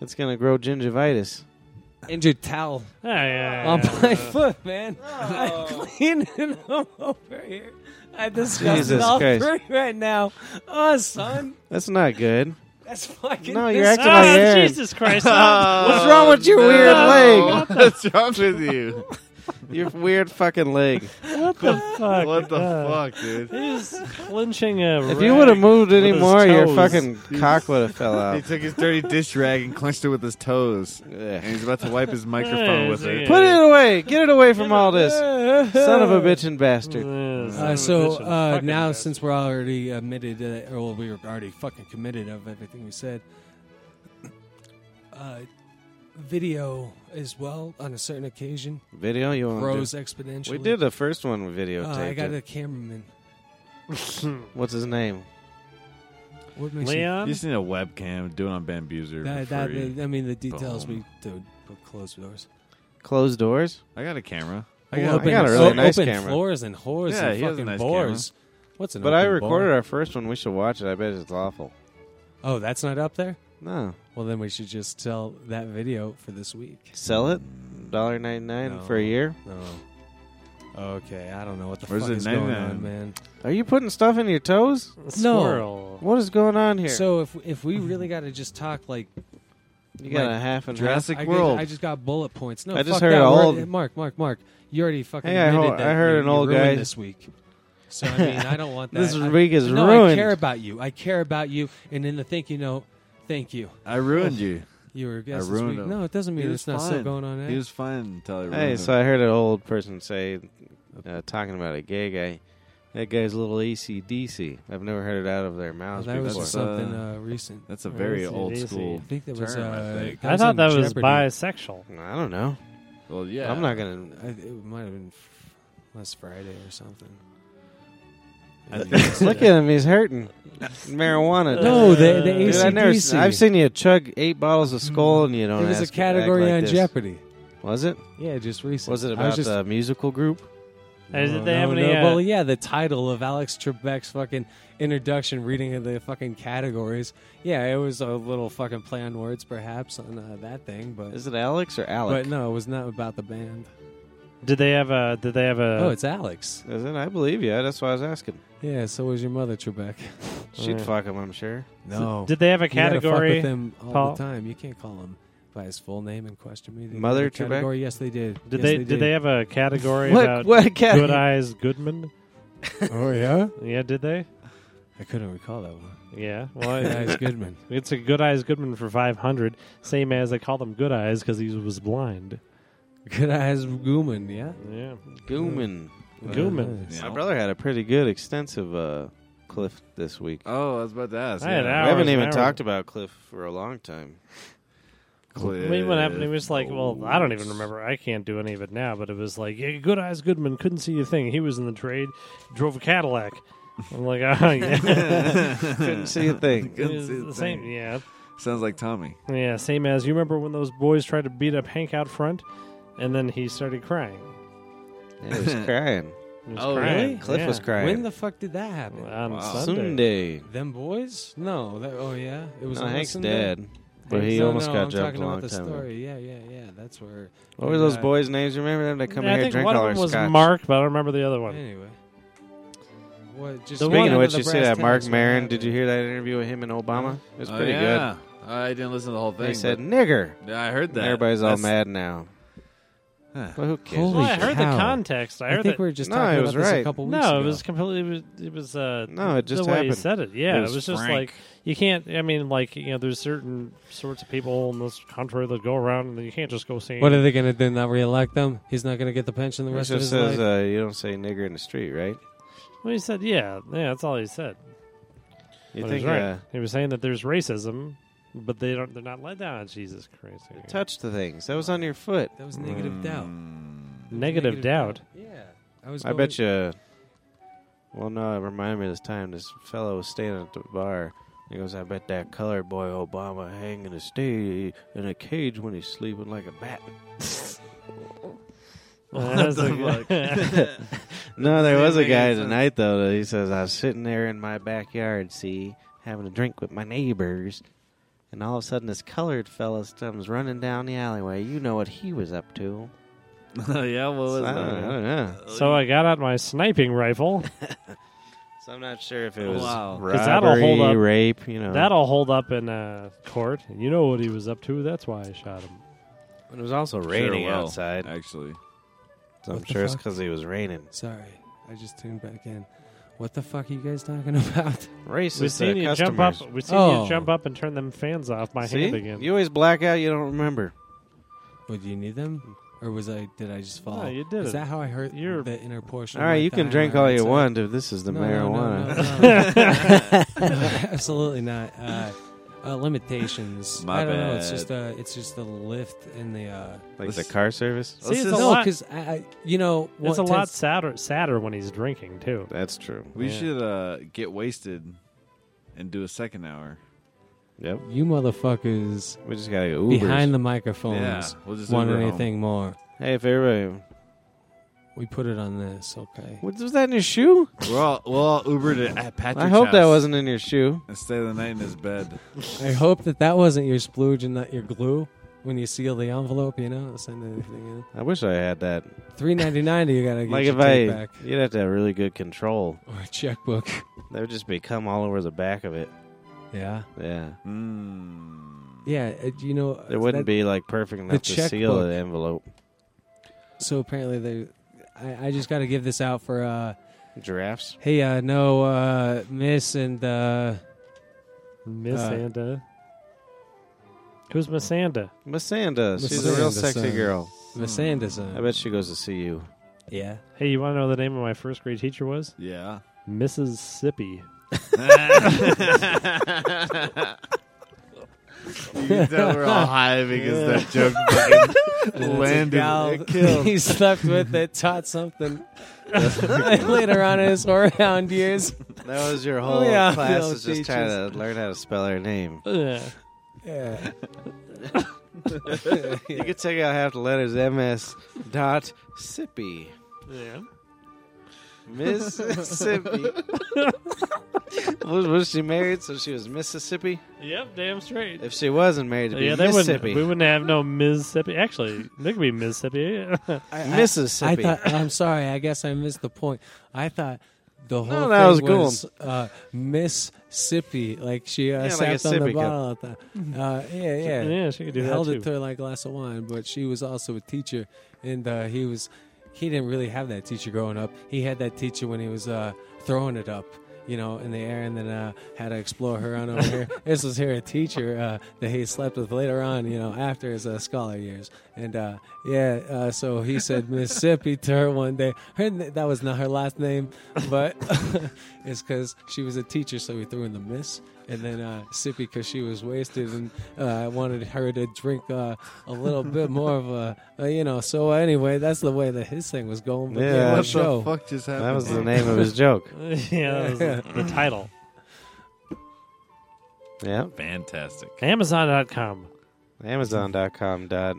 C: It's gonna grow gingivitis.
B: injured towel
E: Yeah, Ah, yeah,
B: on
E: yeah.
B: my foot, man. I'm cleaning them over here. I disgusted
C: Jesus
B: all
C: Christ.
B: three right now. Oh, son,
C: That's not good.
B: that's fucking.
C: No, you're
B: dis-
C: acting like
E: Ah,
C: Aaron.
E: Jesus Christ!
C: What's wrong with your weird leg?
D: Oh, What's wrong with you?
C: Your weird fucking leg.
E: What the fuck?
D: What the
E: Uh,
D: fuck, dude?
E: He's clinching a.
C: If you would have moved any
E: his
C: more, your
E: toes.
C: fucking cock would have fell
D: He
C: out.
D: took his dirty dish rag and clenched it with his toes, and
C: Ugh.
D: he's about to wipe his microphone with it.
C: Put it away. Get it away from all this. Son of a bitch and bastard.
B: Uh, so uh, now, since we're already admitted, uh, or well, we were already fucking committed of everything we said, uh, video as well on a certain occasion
C: Video you want
B: grows
C: to
B: exponentially.
C: do? We did the first one with
B: Uh,
C: videotape.
B: I got
C: it.
B: a cameraman.
C: What's his name?
B: What makes you-
D: You
E: Leon,
D: just need a webcam. Do it on Bambuser.
B: that,
D: for
B: that,
D: free.
B: I mean, the details
D: Boom.
B: we do put closed doors.
C: Closed doors.
D: I got a camera. I
B: Well,
D: got,
C: I got a really
B: o-
C: nice
B: open
C: camera.
B: floors and whores
D: Yeah,
B: and
D: he has a
B: fucking
D: nice
B: bores. What's an
C: But I
B: open
C: recorded
B: bar?
C: our first one. We should watch it. I bet it's awful.
B: Oh, that's not up there.
C: No,
B: Well, then we should just sell that video for this week.
C: sell it. Dollar ninety nine
B: No.
C: for a year.
B: No. Oh. Okay, I don't know what the
D: Where's
B: fuck
D: the
B: is going
D: 99?
B: on, man.
C: Are you putting stuff in your toes?
E: squirrel.
C: What is going on here?
B: So if if we really got to just talk like
C: you got
B: like,
C: a half and half.
D: Jurassic
B: I, get-
D: World.
B: I just got bullet points. No,
C: I just
B: fuck
C: heard
B: that.
C: an
B: We're-
C: old-
B: Mark, Mark, Mark. You already fucking
C: Hey, I
B: admitted
C: ho-
B: that
C: I heard
B: you-
C: an
B: you
C: old
B: ruined
C: guy.
B: this week. So I mean, I don't want that.
C: This
B: I-
C: week is
B: no, I
C: ruined.
B: care about you. I care about you. And in the thank you note, thank you.
D: I ruined you.
B: You were a guest this
D: ruined
B: week.
D: him.
B: No, it doesn't
D: He
B: mean
D: was
B: it's not still
D: fine.
B: going on.
D: He
B: eh?
D: was fine until I ruined
C: Hey,
D: him.
C: so I heard an old person say, uh, talking about a gay guy. That guy's a little ACDC. I've never heard it out of their
B: Oh,
C: mouths
B: that was
C: before.
D: That's,
B: something
D: uh,
B: uh, recent.
D: That's a
E: Where
D: very
E: is it?
D: old
E: Is he?
B: I
D: school.
B: think that was.
D: term, I
B: uh,
D: think.
B: that
E: I thought
B: in
E: that was
B: Jeopardy.
E: bisexual.
C: I don't know.
D: Well, yeah.
C: I'm not gonna.
B: I, it might have been f- last Friday or something.
D: I
B: Yeah.
D: think-
C: Look at him. He's hurting. Marijuana.
B: no, the, the
C: Dude,
B: ACDC.
C: I never, I've seen you chug eight bottles of skull and you
B: it
C: don't.
B: Mm. was
C: ask-
B: a
C: act
B: category
C: like
B: on
C: this.
B: Jeopardy.
C: Was it?
B: Yeah, just recent.
C: Was it
B: I
C: about
B: just- Oh,
C: the musical group?
E: Uh, did they
B: No,
E: have any?
B: no,
E: uh,
B: well, yeah, the title of Alex Trebek's fucking introduction, reading of the fucking categories. Yeah, it was a little fucking play on words, perhaps, on uh, that thing, but
C: Is it Alex or Alec?
B: but no, it was not about the band.
E: Did they have a? Did they have
C: Uh,
E: a?
B: oh, it's Alex.
C: Is it? I believe you. That's why I was asking.
B: Yeah, so was your mother, Trebek.
C: She'd
E: Yeah.
C: fuck him, I'm sure.
B: No,
E: Did they have a
B: You gotta fuck with
E: category?
B: him all
E: Paul?
B: the time. You can't call him by his full name and question me. Did they
C: Mother
B: have a
C: Trebek?
B: category? Yes, they did.
E: Did
B: Yes,
E: they? Did they have a category about
C: What? What? Cat?
E: Good Eyes Goodman?
B: oh yeah.
E: Yeah, did they?
B: I couldn't recall that one.
E: Yeah. Well, I-
B: Guys, Goodman.
E: it's a Good Eyes Goodman for five hundred. Same as they called him Good Eyes because he was blind.
B: Good eyes, Gooman. Yeah.
E: Yeah.
C: Gooman.
E: Goodman.
D: Yeah.
C: Uh, My brother had a pretty good, extensive uh, Cliff this week.
B: Uh,
D: Oh, I was about to ask.
E: I had
D: yeah.
E: hours
C: we haven't
E: and
C: even
E: hours.
C: talked about Cliff for a long time.
E: I mean, what happened? It was like, well, I don't even remember. I can't do any of it now, but it was like, yeah, Good Eyes Goodman couldn't see a thing. He was in the trade, drove a Cadillac. I'm like, oh, yeah.
C: Couldn't see a thing.
D: Couldn't
E: It's
D: see a
E: the same,
D: thing.
E: yeah.
D: Sounds like Tommy.
E: Yeah, same as you remember when those boys tried to beat up Hank out front, and then he started crying.
C: Yeah, he was crying.
E: He was
B: Oh,
E: crying.
B: really?
C: Cliff
E: Yeah.
C: was crying.
B: When the fuck did that happen?
E: on
D: Wow.
E: Sunday.
C: Sunday.
B: Them boys? No. That, oh yeah, it was.
C: No,
B: on a
C: Hank's
B: Sunday?
C: dead. But
B: Hank's-
C: he
B: no,
C: almost
B: no,
C: got
B: I'm
C: jumped
B: talking
C: a long
B: about the
C: time ago.
B: story. Yeah, yeah, yeah. That's where.
C: What were those
B: Uh,
C: boys' names? Remember them? They come
E: Yeah,
C: here and
E: I think
C: drink
E: one
C: all
E: of
C: our
E: them was
C: scotch.
E: Mark, but I don't remember the other one.
B: Anyway. What, just
E: The
B: speaking
E: one-
C: Speaking of
B: of
C: which,
B: the
C: you see
B: brass
C: that Mark
B: tacks, what
C: Maron?
B: happened?
C: Did you hear that interview with him and Obama? It
D: Mm-hmm.
C: was pretty
D: good. Oh, I didn't listen to the whole
C: good.
D: thing.
C: They said
D: but-
C: nigger.
D: Yeah, I heard
C: And
D: that.
C: everybody's all
D: That's-
C: mad now.
D: Huh.
C: But who cares?
B: Holy
E: Well, I heard
B: cow.
E: the context. I
B: I,
E: heard
B: think
E: that.
B: we were just
C: No,
B: talking
C: it
B: about
C: was
B: this a
C: right.
B: couple weeks
E: no, it
B: ago.
E: was completely. It was. It was uh,
C: No, it just
E: the way he
C: happened.
E: said it. Yeah,
C: It
E: it
C: was
E: was, just
D: frank.
E: like you can't. I mean, like you know, there's certain sorts of people in this country that go around, and you can't just go saying.
B: What are they going to do? Not reelect them? He's not going to get the pension the
C: It
B: rest of
C: just
B: his
C: says
B: life.
C: uh, you don't say nigger in the street, right?
E: Well, he said, "Yeah, yeah." That's all he said.
C: You
E: But he
C: think
E: was right.
C: uh,
E: he was saying that there's racism, but they don't. They're not let down. Jesus Christ!
C: touch the things that was on your foot?
B: that was negative
C: mm,
B: doubt.
D: Hmm.
E: Negative doubt.
B: Yeah, I was.
C: I bet you. Well, no, it reminded me of this time. This fellow was standing at the bar. He goes, "I bet that colored boy Obama hanging to stay in a cage when he's sleeping like a bat."
E: That's a good-
C: No, there
D: Doesn't
C: was a
D: make
C: guy
D: any sense.
C: tonight though. That he says I was sitting there in my backyard, see, having a drink with my neighbors, and all of a sudden this colored fella comes running down the alleyway. You know what he was up to?
D: yeah, what was
C: So I, don't, I
D: that?
C: don't know.
E: so I got out my sniping rifle.
C: So I'm not sure if it was
D: Wow.
E: Oh, 'Cause that'll
C: robbery,
E: hold up-
C: rape. You know,
E: That'll hold up in uh, court. You know what he was up to. That's why I shot him.
C: It was also
D: Sure
C: raining
D: will,
C: outside.
D: Actually,
C: So I'm
B: What the
C: sure it's
B: fuck?
C: because it was raining.
B: Sorry, I just tuned back in. What the fuck are you guys talking about?
C: Racist
E: We've seen
C: uh,
E: you jump
C: customers.
E: up. We've seen
B: Oh.
E: you jump up and turn them fans off my
C: See?
E: hand again.
C: You always black out. You don't remember.
B: Well, do you need them, or was I? Did I just fall?
E: No, Oh, you did
B: Is
E: it.
B: that how I hurt
E: You're-
B: the inner portion?
C: all right, you can drink all you
B: want.
C: want. If this is the
B: No, no,
C: marijuana.
B: no, no, no. Absolutely not. Uh, uh, limitations.
D: My
B: I don't know. It's
D: bad.
B: just uh, it's just the lift and the. Uh,
C: Like
D: Let's-
C: the car service?
E: See,
D: Let's
E: it's a
D: just-
B: no,
E: lot.
B: because I, I, you know,
E: It's
B: what
E: a lot
B: tends-
E: sadder, sadder when he's drinking too.
C: That's true.
D: we
E: Yeah.
D: should uh, get wasted and do a second hour.
C: Yep.
B: You motherfuckers
C: We just gotta go Ubers.
B: behind the microphones
D: Yeah, we'll just
B: want
D: Uber home.
B: anything more?
C: hey, if everybody,
B: We put it on this, okay?
C: what was that in your shoe?
D: We're all we'll all Uber to at Patrick's
C: I hope that
D: house
C: wasn't in your shoe.
D: and stay the night in his bed.
B: I hope that that wasn't your splooge and not your glue when you seal the envelope. You know, send anything
C: I wish I had that.
B: in. Three ninety nine. You gotta get
C: like
B: your
C: if I,
B: tape back
C: you'd have to have really good control.
B: or a checkbook.
C: That would just become all over the back of it.
B: Yeah.
C: Yeah,
D: Mm.
B: Yeah, uh, you know
C: it wouldn't
B: that-
C: be like perfect enough to seal
B: checkbook.
C: the envelope.
B: So apparently they, I, I just got to give this out for uh,
C: Giraffes.
B: hey, uh, no, uh, Miss and uh,
E: Miss
B: Uh,
E: Anda. Who's Miss Anda?
C: Masanda. She's a real
B: Masanda
C: sexy
B: Sands.
C: girl.
B: Miss Anderson.
C: Hmm. I bet she goes to see you.
B: Yeah,
E: Hey, you want to know the name of my first grade teacher was
D: Yeah.
E: Mrs. Sippy.
D: You can tell we're all high because that joke fucking landed.
B: Gal- he slept with it, taught something. Later on in his whorehound years,
C: That was your whole
B: yeah.
C: class
B: No
C: is just trying to learn how to spell her name.
E: Yeah.
B: yeah.
C: You could take out half the letters MS dot Sippy.
E: Yeah.
C: Mississippi. was, was she married so she was Mississippi?
E: Yep, damn straight. Uh,
C: If she wasn't married, it'd
E: yeah,
C: be
E: they wouldn't.
C: Mississippi.
E: We wouldn't have no Mississippi. Actually, there could be Mississippi.
B: I
C: Mississippi.
B: thought. I'm sorry. I guess I missed the point. I thought the whole
C: No,
B: thing
C: that was cool.
B: was uh, Mississippi. Like she uh,
C: Yeah, like
B: sat
C: a
B: on
C: sippy
B: the
C: cup.
B: bottle. At the, uh, yeah, yeah.
E: yeah, she could do that
B: held
E: too.
B: it to her like a glass of wine, but she was also a teacher, and uh, he was he didn't really have that teacher growing up. He had that teacher when he was uh, throwing it up, you know, in the air, and then uh, had to explore her on over here. This was her teacher uh, that he slept with later on, you know, after his uh, scholar years, and uh, yeah, uh, so he said Mississippi to her one day. Her na- that was not her last name, but it's because she was a teacher, so he threw in the miss and then uh, Sippy because she was wasted and uh, I wanted her to drink uh, a little bit more of a, uh, you know. So anyway, that's the way that his thing was going. But
C: Yeah.
B: yeah,
C: What
B: what
C: the
B: show?
D: fuck just happened?
C: that was the name of his joke.
E: yeah, that was the, the title.
C: Yeah.
D: Fantastic.
E: Amazon.com.
C: Amazon.com dot.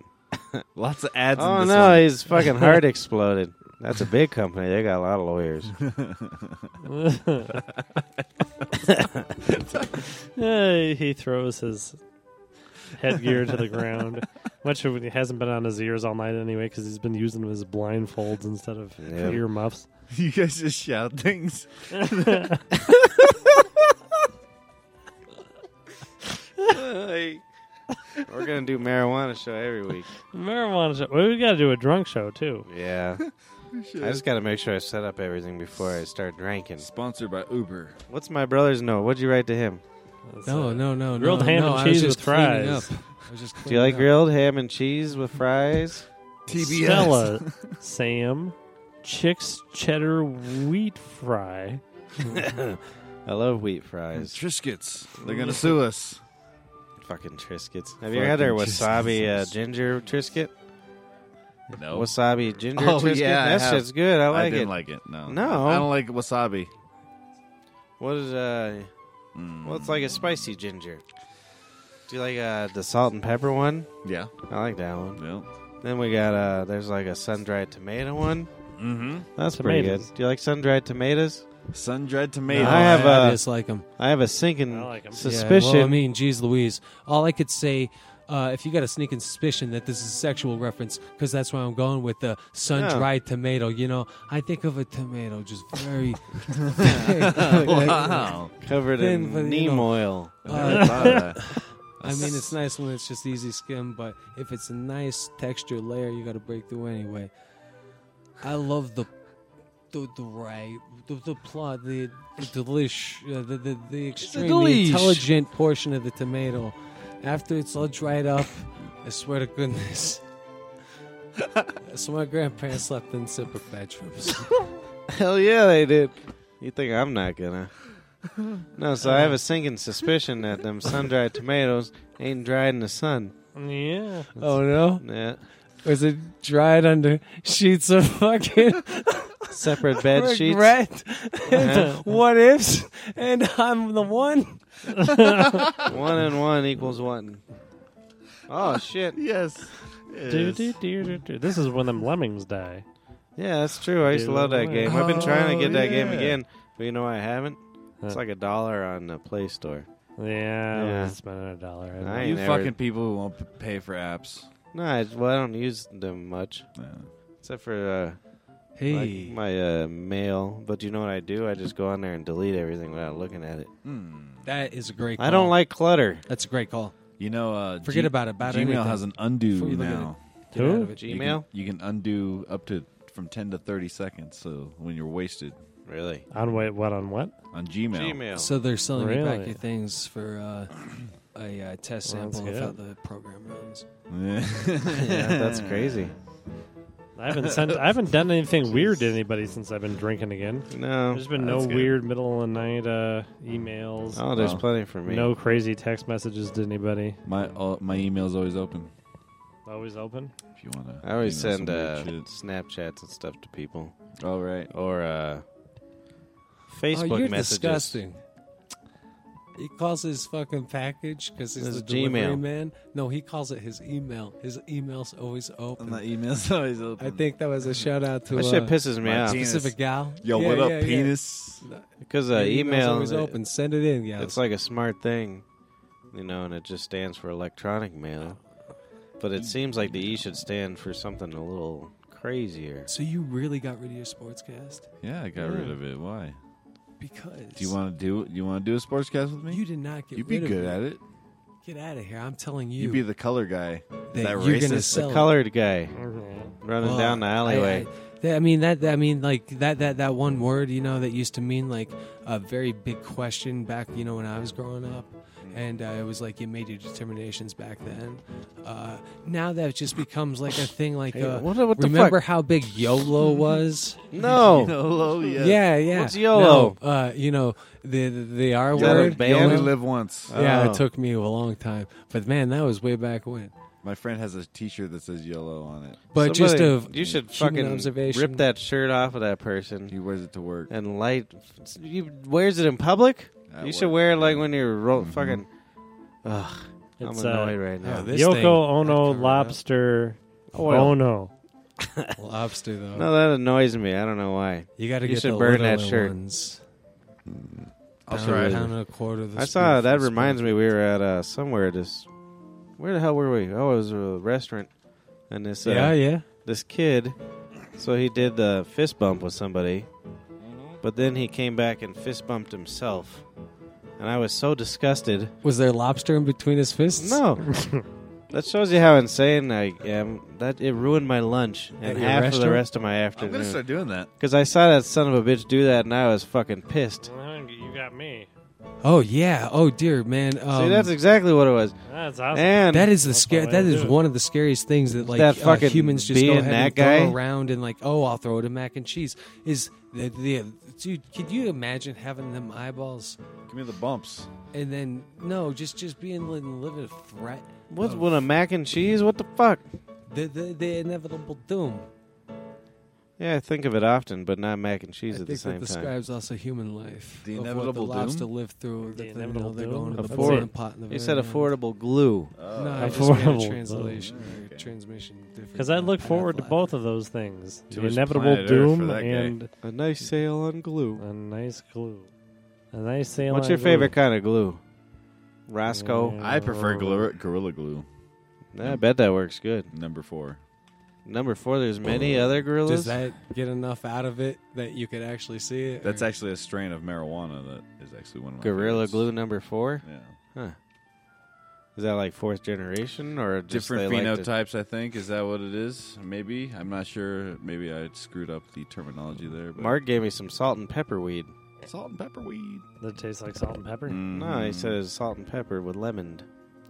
D: Lots of ads.
C: Oh
D: in this
C: no,
D: One.
C: his fucking heart exploded. That's a big company. They got a lot of lawyers.
E: Eh, he throws his headgear to the ground, which of it hasn't been on his ears all night anyway because he's been using them as blindfolds instead of
C: Yeah.
E: ear muffs.
D: You guys just shout things.
C: We're gonna do marijuana show every week.
E: Marijuana show. Well, we got to do a drunk show too.
C: Yeah. I just gotta make sure I set up everything before I start drinking.
D: Sponsored by Uber.
C: What's my brother's note? What'd you write to him?
E: That's,
B: No,
E: uh,
B: no, no, no,
E: grilled
B: no,
E: ham and
B: I was
E: cheese
B: just
E: with
B: cleaning
E: fries.
B: up. I was just
C: Do you like
B: cleaning up.
C: grilled ham and cheese with fries?
D: TBS.
E: Stella, Sam, Chick's cheddar wheat fry.
C: I love wheat fries.
D: Triscuits. They're gonna sue us.
C: Fucking Triscuits. Have you ever had their
D: Fucking
C: wasabi uh,
D: Triscuits.
C: ginger Triscuit?
D: No,
C: Wasabi ginger
D: Oh,
C: Triscuit?
D: yeah, I
C: that
D: have.
C: shit's good. I
D: I,
C: like
D: didn't
C: it.
D: like it. No,
C: No.
D: I don't like wasabi.
C: What is, uh,
D: Mm.
C: well, it's like a spicy ginger. Do you like uh, the salt and pepper one?
D: Yeah.
C: I like that one.
D: No.
C: Then we got, uh, there's like a sun dried tomato one.
D: Mm-hmm.
C: That's pretty
E: Tomatoes.
C: good. Do you like sun dried tomatoes?
D: Sun dried
B: No,
D: tomato.
C: I have,
B: I
C: uh,
B: dislike him.
C: I have a sinking
E: I like 'em. Yeah,
C: suspicion.
B: Yeah, well, I mean, geez, Louise. All I could say. Uh, if you got a sneaking suspicion that this is a sexual reference, because that's where I'm going with the sun-dried tomato. You know, I think of a tomato just very.
D: wow.
C: covered
B: Thin,
C: in
B: but, you
C: neem
B: know,
C: oil.
D: I never
B: uh,
D: thought of that.
B: I mean, it's nice when it's just easy skim, but if it's a nice texture layer, you got to break through anyway. I love the the the right the, the plot the the delish uh, the, the the extremely
D: delish.
B: intelligent portion of the tomato after it's all dried up. I swear to goodness. so my grandparents slept in separate bedrooms.
C: Hell yeah, they did. You think I'm not gonna? No, so I have a sinking suspicion that them sun-dried tomatoes ain't dried in the sun.
E: Yeah.
B: oh no!
C: Yeah,
B: Was it dried under sheets of fucking
C: separate bed sheets.
B: regret?
C: Uh-huh.
B: what ifs, and I'm the one.
C: One and one equals one. Oh shit!
D: yes.
E: Do, do, do, do, do. This is when them lemmings die.
C: Yeah, that's true. I used to love that game. I've been trying to get that game
D: Oh, yeah.
C: again, but you know what I haven't. It's
E: Huh.
C: like a dollar on the Play Store.
E: Yeah,
C: Yeah.
E: it's been a dollar. I
C: I
D: you
C: ain't never-
D: fucking people who won't p- pay for apps.
C: No, I, well, I don't use them much
D: Yeah.
C: except for. uh
B: Hey,
C: like my uh, mail. But you know what I do? I just go on there and delete everything without looking at it.
D: Hmm.
B: that is a great. Call.
C: I don't like clutter.
B: That's a great call.
D: You know, uh,
B: Forget
D: G-
B: about it, about
D: Gmail
B: anything.
D: has an undo
B: Before you look at
D: now.
B: Get
E: Who?
B: out of it.
D: You can-
C: Gmail,
D: You can, undo up to from ten to thirty seconds. So when you're wasted
C: really?
E: On wait, what on what?
D: on Gmail,
C: Gmail.
B: So they're selling you back
E: Really?
B: your things for uh, a uh, test
E: Well, that's
B: sample
E: good.
B: without the program runs.
C: yeah, that's crazy.
E: I haven't sent. I haven't done anything weird to anybody since I've been drinking again.
C: No,
E: There's been no
D: that's good.
E: weird middle of the night uh, emails.
C: oh, there's
D: Well,
C: plenty for me.
E: no crazy text messages to anybody.
D: my all my email's always open.
E: Always open.
D: If you wanna,
C: I always
D: email
C: send
D: some
C: uh,
D: weird shit.
C: Snapchats and stuff to people
D: All right.
C: or uh, Facebook
B: oh, you're
C: messages.
B: disgusting. He calls his fucking package because he's
C: His
B: the delivery
C: Gmail.
B: man. No, he calls it his email. His email's always open.
D: And the email's always open.
B: I think that was a shout out to
C: That
B: uh,
C: shit pisses me off
D: Martin-
B: Pacific Gal.
D: Yo,
B: Yeah,
D: what up,
B: yeah, yeah.
D: penis?
C: because
B: Your
C: uh,
B: email's
C: email
B: always open. Send it in, guys.
C: It's like a smart thing, you know, and it just stands for electronic mail. But it seems like the E should stand for something a little crazier.
B: so you really got rid of your sportscast
D: Yeah, I got rid of it. Why?
B: because
D: Do you want to do? You want to do a sportscast with me?
B: you did not get
D: You'd be
B: rid
D: good
B: of
D: at it.
B: Get out of here! I'm telling you,
D: You'd be the color guy.
B: that
D: that
B: you're gonna
D: racist?
B: sell it.
C: Colored guy
E: Mhm.
C: running
B: Well,
C: down the alleyway.
B: I, I, that- I mean that, that. I mean like that. That that one word, you know, that used to mean like a very big question back, you know, when I was growing up, and uh, it was like you made your determinations back then. Uh, now that just becomes like a thing. Like,
C: Hey,
B: uh,
C: what- what the
B: remember
C: fuck?
B: how big YOLO was?
C: no,
D: Hello, yes.
B: Yeah, yeah.
C: What's YOLO?
B: No, uh, you know the the, the R
C: that a
B: word.
C: band?
D: You only
B: YOLO.
D: live once.
B: Yeah,
C: Oh.
B: it took me a long time, but man, that was way back when.
D: My friend has a T-shirt that says yellow on it.
B: But just
C: Somebody-
B: of
C: you should
B: human
C: fucking
B: observation.
C: rip that shirt off of that person
D: He wears it to work.
C: and light. You wears it in public.
D: At
C: you should
D: work.
C: wear it like when you're ro-
B: Mm-hmm.
C: fucking. Ugh, I'm
E: It's, uh,
C: annoyed right now.
B: Oh, this thing-
E: Yoko Ono
B: Cover it up.
E: lobster
C: Oil.
E: Ono.
B: lobster though.
C: No, that annoys me. I don't know why.
B: You got to
C: You
B: get
C: should
B: the
C: burn
B: littler
C: that shirt.
B: ones.
D: I'll
B: Pound-
D: try it.
B: pound and a quarter of the
C: I saw
B: spoon-
C: that
B: spoon.
C: reminds me we were at uh, somewhere this where the hell were we? Oh, it was a restaurant and this uh,
B: yeah, yeah.
C: this kid so he did the fist bump with somebody.
B: Mm-hmm.
C: But then he came back and fist bumped himself. And I was so disgusted.
B: Was there lobster in between his fists?
C: No. that shows you how insane I am. That it ruined my lunch
B: At
C: and
B: your
C: half of
B: restaurant?
C: the rest of my
D: I'm gonna
C: afternoon.
D: start doing that.
C: Cuz I saw that son of a bitch do that and I was fucking pissed.
E: You got me.
B: Oh yeah. Oh dear, man. Um,
C: See, that's exactly what it was.
E: That's awesome.
C: And
B: that is the
E: That's the
B: scare.
E: way
B: That
E: to
B: is
E: do it.
B: one of the scariest things that like
C: That
B: uh,
C: fucking
B: humans just go
C: being
B: ahead and
C: that guy.
B: throw around and like, oh, I'll throw it in mac and cheese. Is the, the dude? Could you imagine having them eyeballs
D: Give me the bumps.
B: and then no, just just being living a threat.
C: What's
B: of
C: with a mac and cheese? What the fuck?
B: the, the the inevitable doom?
C: Yeah, I think of it often, but not mac and cheese
B: I
C: at the
B: think
C: same
B: that
C: time.
B: describes also human life.
D: The
B: of what
D: inevitable
B: the
D: doom?
B: lives to live through. that
E: The
B: they- you know,
E: inevitable
B: they're
E: doom?
B: going to the
C: Afford-
B: boiling pot. in the
C: You
B: very
C: said
B: end.
C: affordable glue.
B: No,
D: Oh.
B: I just made
E: Affordable
B: a
E: doom.
B: translation or transmission difference.
E: Because I
B: in
E: look
B: the
E: forward to
B: path
E: both of those things:
D: Too
E: the
D: much
E: inevitable
D: planet Earth for
E: doom
D: that guy.
E: and
C: A nice sale on glue.
E: a nice glue, a nice saline.
C: What's your
E: Uh, glue.
C: favorite kind of glue? Roscoe.
E: Yeah.
D: I
C: Oh.
D: prefer glor- Gorilla Glue.
C: I bet that works good.
D: Number four.
C: Number four, there's many other
B: life.
C: gorillas.
B: Does that get enough out of it that you could actually see it?
D: That's
B: or-
D: actually a strain of marijuana that is actually one of my
C: Gorilla
D: favorites.
C: glue number four?
D: Yeah.
C: Is that like fourth generation or just
D: Different
C: they like to-
D: phenotypes, I think. Is that what it is? Maybe. I'm not sure. Maybe I screwed up the terminology there. But
C: Mark gave me some salt and pepper weed.
D: Salt and pepper weed.
E: That tastes like salt and
D: Mm.
E: pepper.
C: No, he said it's salt and pepper with lemon.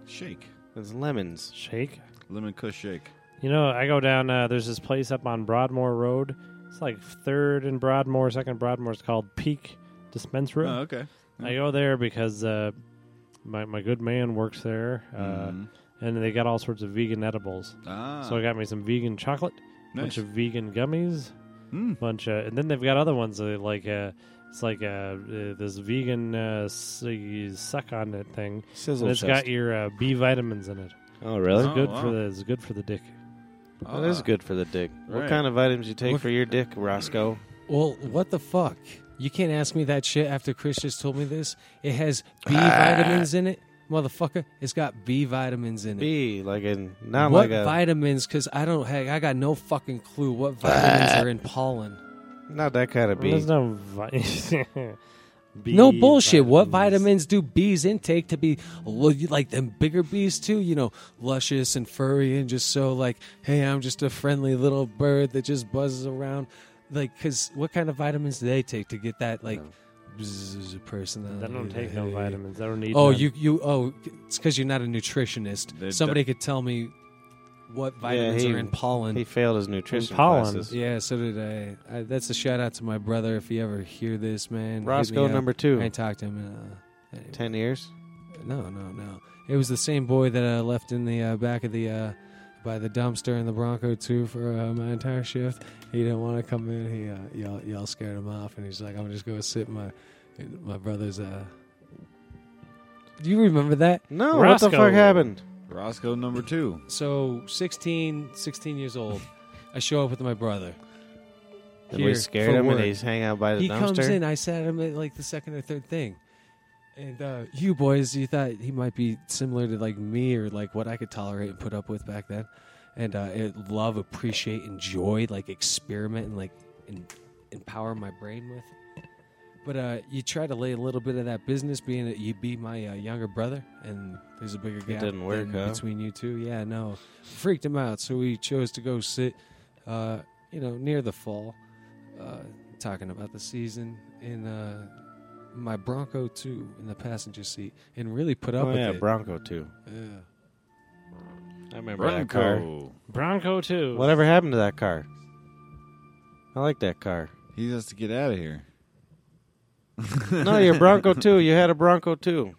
D: shake.
C: It's lemons.
E: Shake.
D: Lemon kush shake.
E: You know, I go down. Uh, there's this place up on Broadmoor Road. It's like third and Broadmoor, second Broadmoor. It's called Peak Dispensary.
D: Oh, okay.
E: I go there because uh, my my good man works there, uh,
D: Mhm.
E: and they got all sorts of vegan edibles.
D: ah,
E: So I got me some vegan chocolate,
D: nice.
E: bunch of vegan gummies,
D: Mm.
E: bunch of, and then they've got other ones uh, like uh, it's like uh, uh, this vegan uh, s- you suck on it thing.
C: Sizzle
E: And it's
C: chest.
E: got your uh, B vitamins in it.
C: oh, really?
E: It's
D: Oh,
E: good for
D: wow.
E: the it's good for the dick.
D: Ah.
C: That is good for the dick.
D: Right.
C: What kind of items you take
B: What-
C: for your dick, Roscoe?
B: Well, what the fuck? You can't ask me that shit after Chris just told me this. It has B
C: Ah.
B: vitamins in it, motherfucker. It's got B vitamins in it.
C: B, like in not
B: what
C: like a
B: vitamins? Because I don't. Hey, I got no fucking clue what vitamins are in pollen.
C: not that kind of B.
E: There's no vi- B
B: no bullshit. What
E: vitamins.
B: vitamins do bees intake to be lo- you like them bigger bees too? You know, luscious and furry and just so like, hey, I'm just a friendly little bird that just buzzes around. Like, cause what kind of vitamins do they take to get that like bzzz personality?
E: They don't take
B: that,
E: no
B: hey.
E: vitamins. They don't need.
B: Oh,
E: none.
B: you you oh, it's because you're not a nutritionist.
D: They're
B: Somebody could tell me what vitamins
C: he-
B: are in pollen.
C: He failed his nutrition
E: And pollen.
C: classes.
B: Yeah, so did I. I. That's a shout out to my brother. If you ever hear this, man, hit me
C: Roscoe
B: up.
C: number
B: I
C: two.
B: ain't talked to him. In, uh, anyway.
C: Ten years.
B: No, no, no. It was the same boy that I left in the uh, back of the uh, by the dumpster in the Bronco too for uh, my entire shift. He didn't want to come in. He uh, y'all y'all scared him off, and he's like, "I'm just gonna sit in my in my brother's uh, Do you remember that?
C: No, what the
E: Roscoe.
C: fuck happened?
D: Roscoe number two.
B: So 16, 16 years old, I show up with my brother.
C: Did
B: Here,
C: we scared
B: for
C: him
B: work.
C: and he's hanging out by the
B: he
C: dumpster?
B: comes in. I sat him at like the second or third thing. And uh, you boys, you thought he might be similar to like me or like what I could tolerate and put up with back then. And uh, it, love, appreciate, enjoy, like experiment and like en- empower my brain with. But uh, you try to lay a little bit of that business, being that you be my uh, younger brother, and there's a bigger gap
C: didn't work,
B: than
C: huh?
B: between you two. Yeah, no, freaked him out. So we chose to go sit, uh, you know, near the fall, uh, talking about the season in uh, my Bronco too, in the passenger seat, and really put up
C: Oh
B: with
C: yeah,
B: it.
C: Bronco too.
B: yeah.
C: I remember that car.
D: Bronco.
E: Bronco too.
C: Whatever happened to that car? I like that car.
D: He has to get out of here.
C: no, your Bronco too. You had a Bronco too.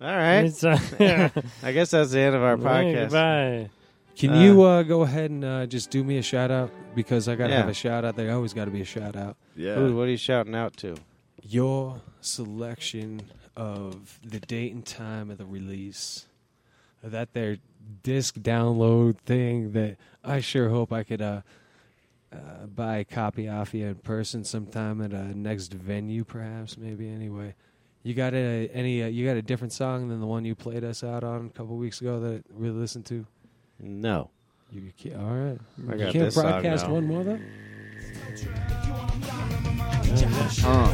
C: All right.
E: It's, uh, yeah.
C: I guess that's the end of our
E: Hey,
C: podcast.
E: Goodbye.
B: Can
C: Uh,
B: you uh, go ahead and uh, just do me a shout out because I gotta
C: Yeah.
B: have a shout out. There always gotta be a shout out.
D: Yeah.
C: Ooh, what are you shouting out to?
B: Your selection of the date and time of the release of that their disc download thing that I sure hope I could uh, uh, buy a copy off you in person sometime at a next venue, perhaps maybe. Anyway, you got a any uh, you got a different song than the one you played us out on a couple weeks ago that we listened to.
C: No.
B: You, you can't, all right.
C: I
B: You
C: got
B: can't
C: this song
B: broadcast
C: now.
B: one more though.
D: Uh,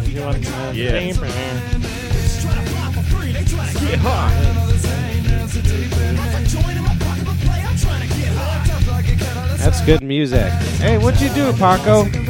E: You want, uh,
D: Yes.
E: name?
C: That's good music. Hey, what'd you do, Paco?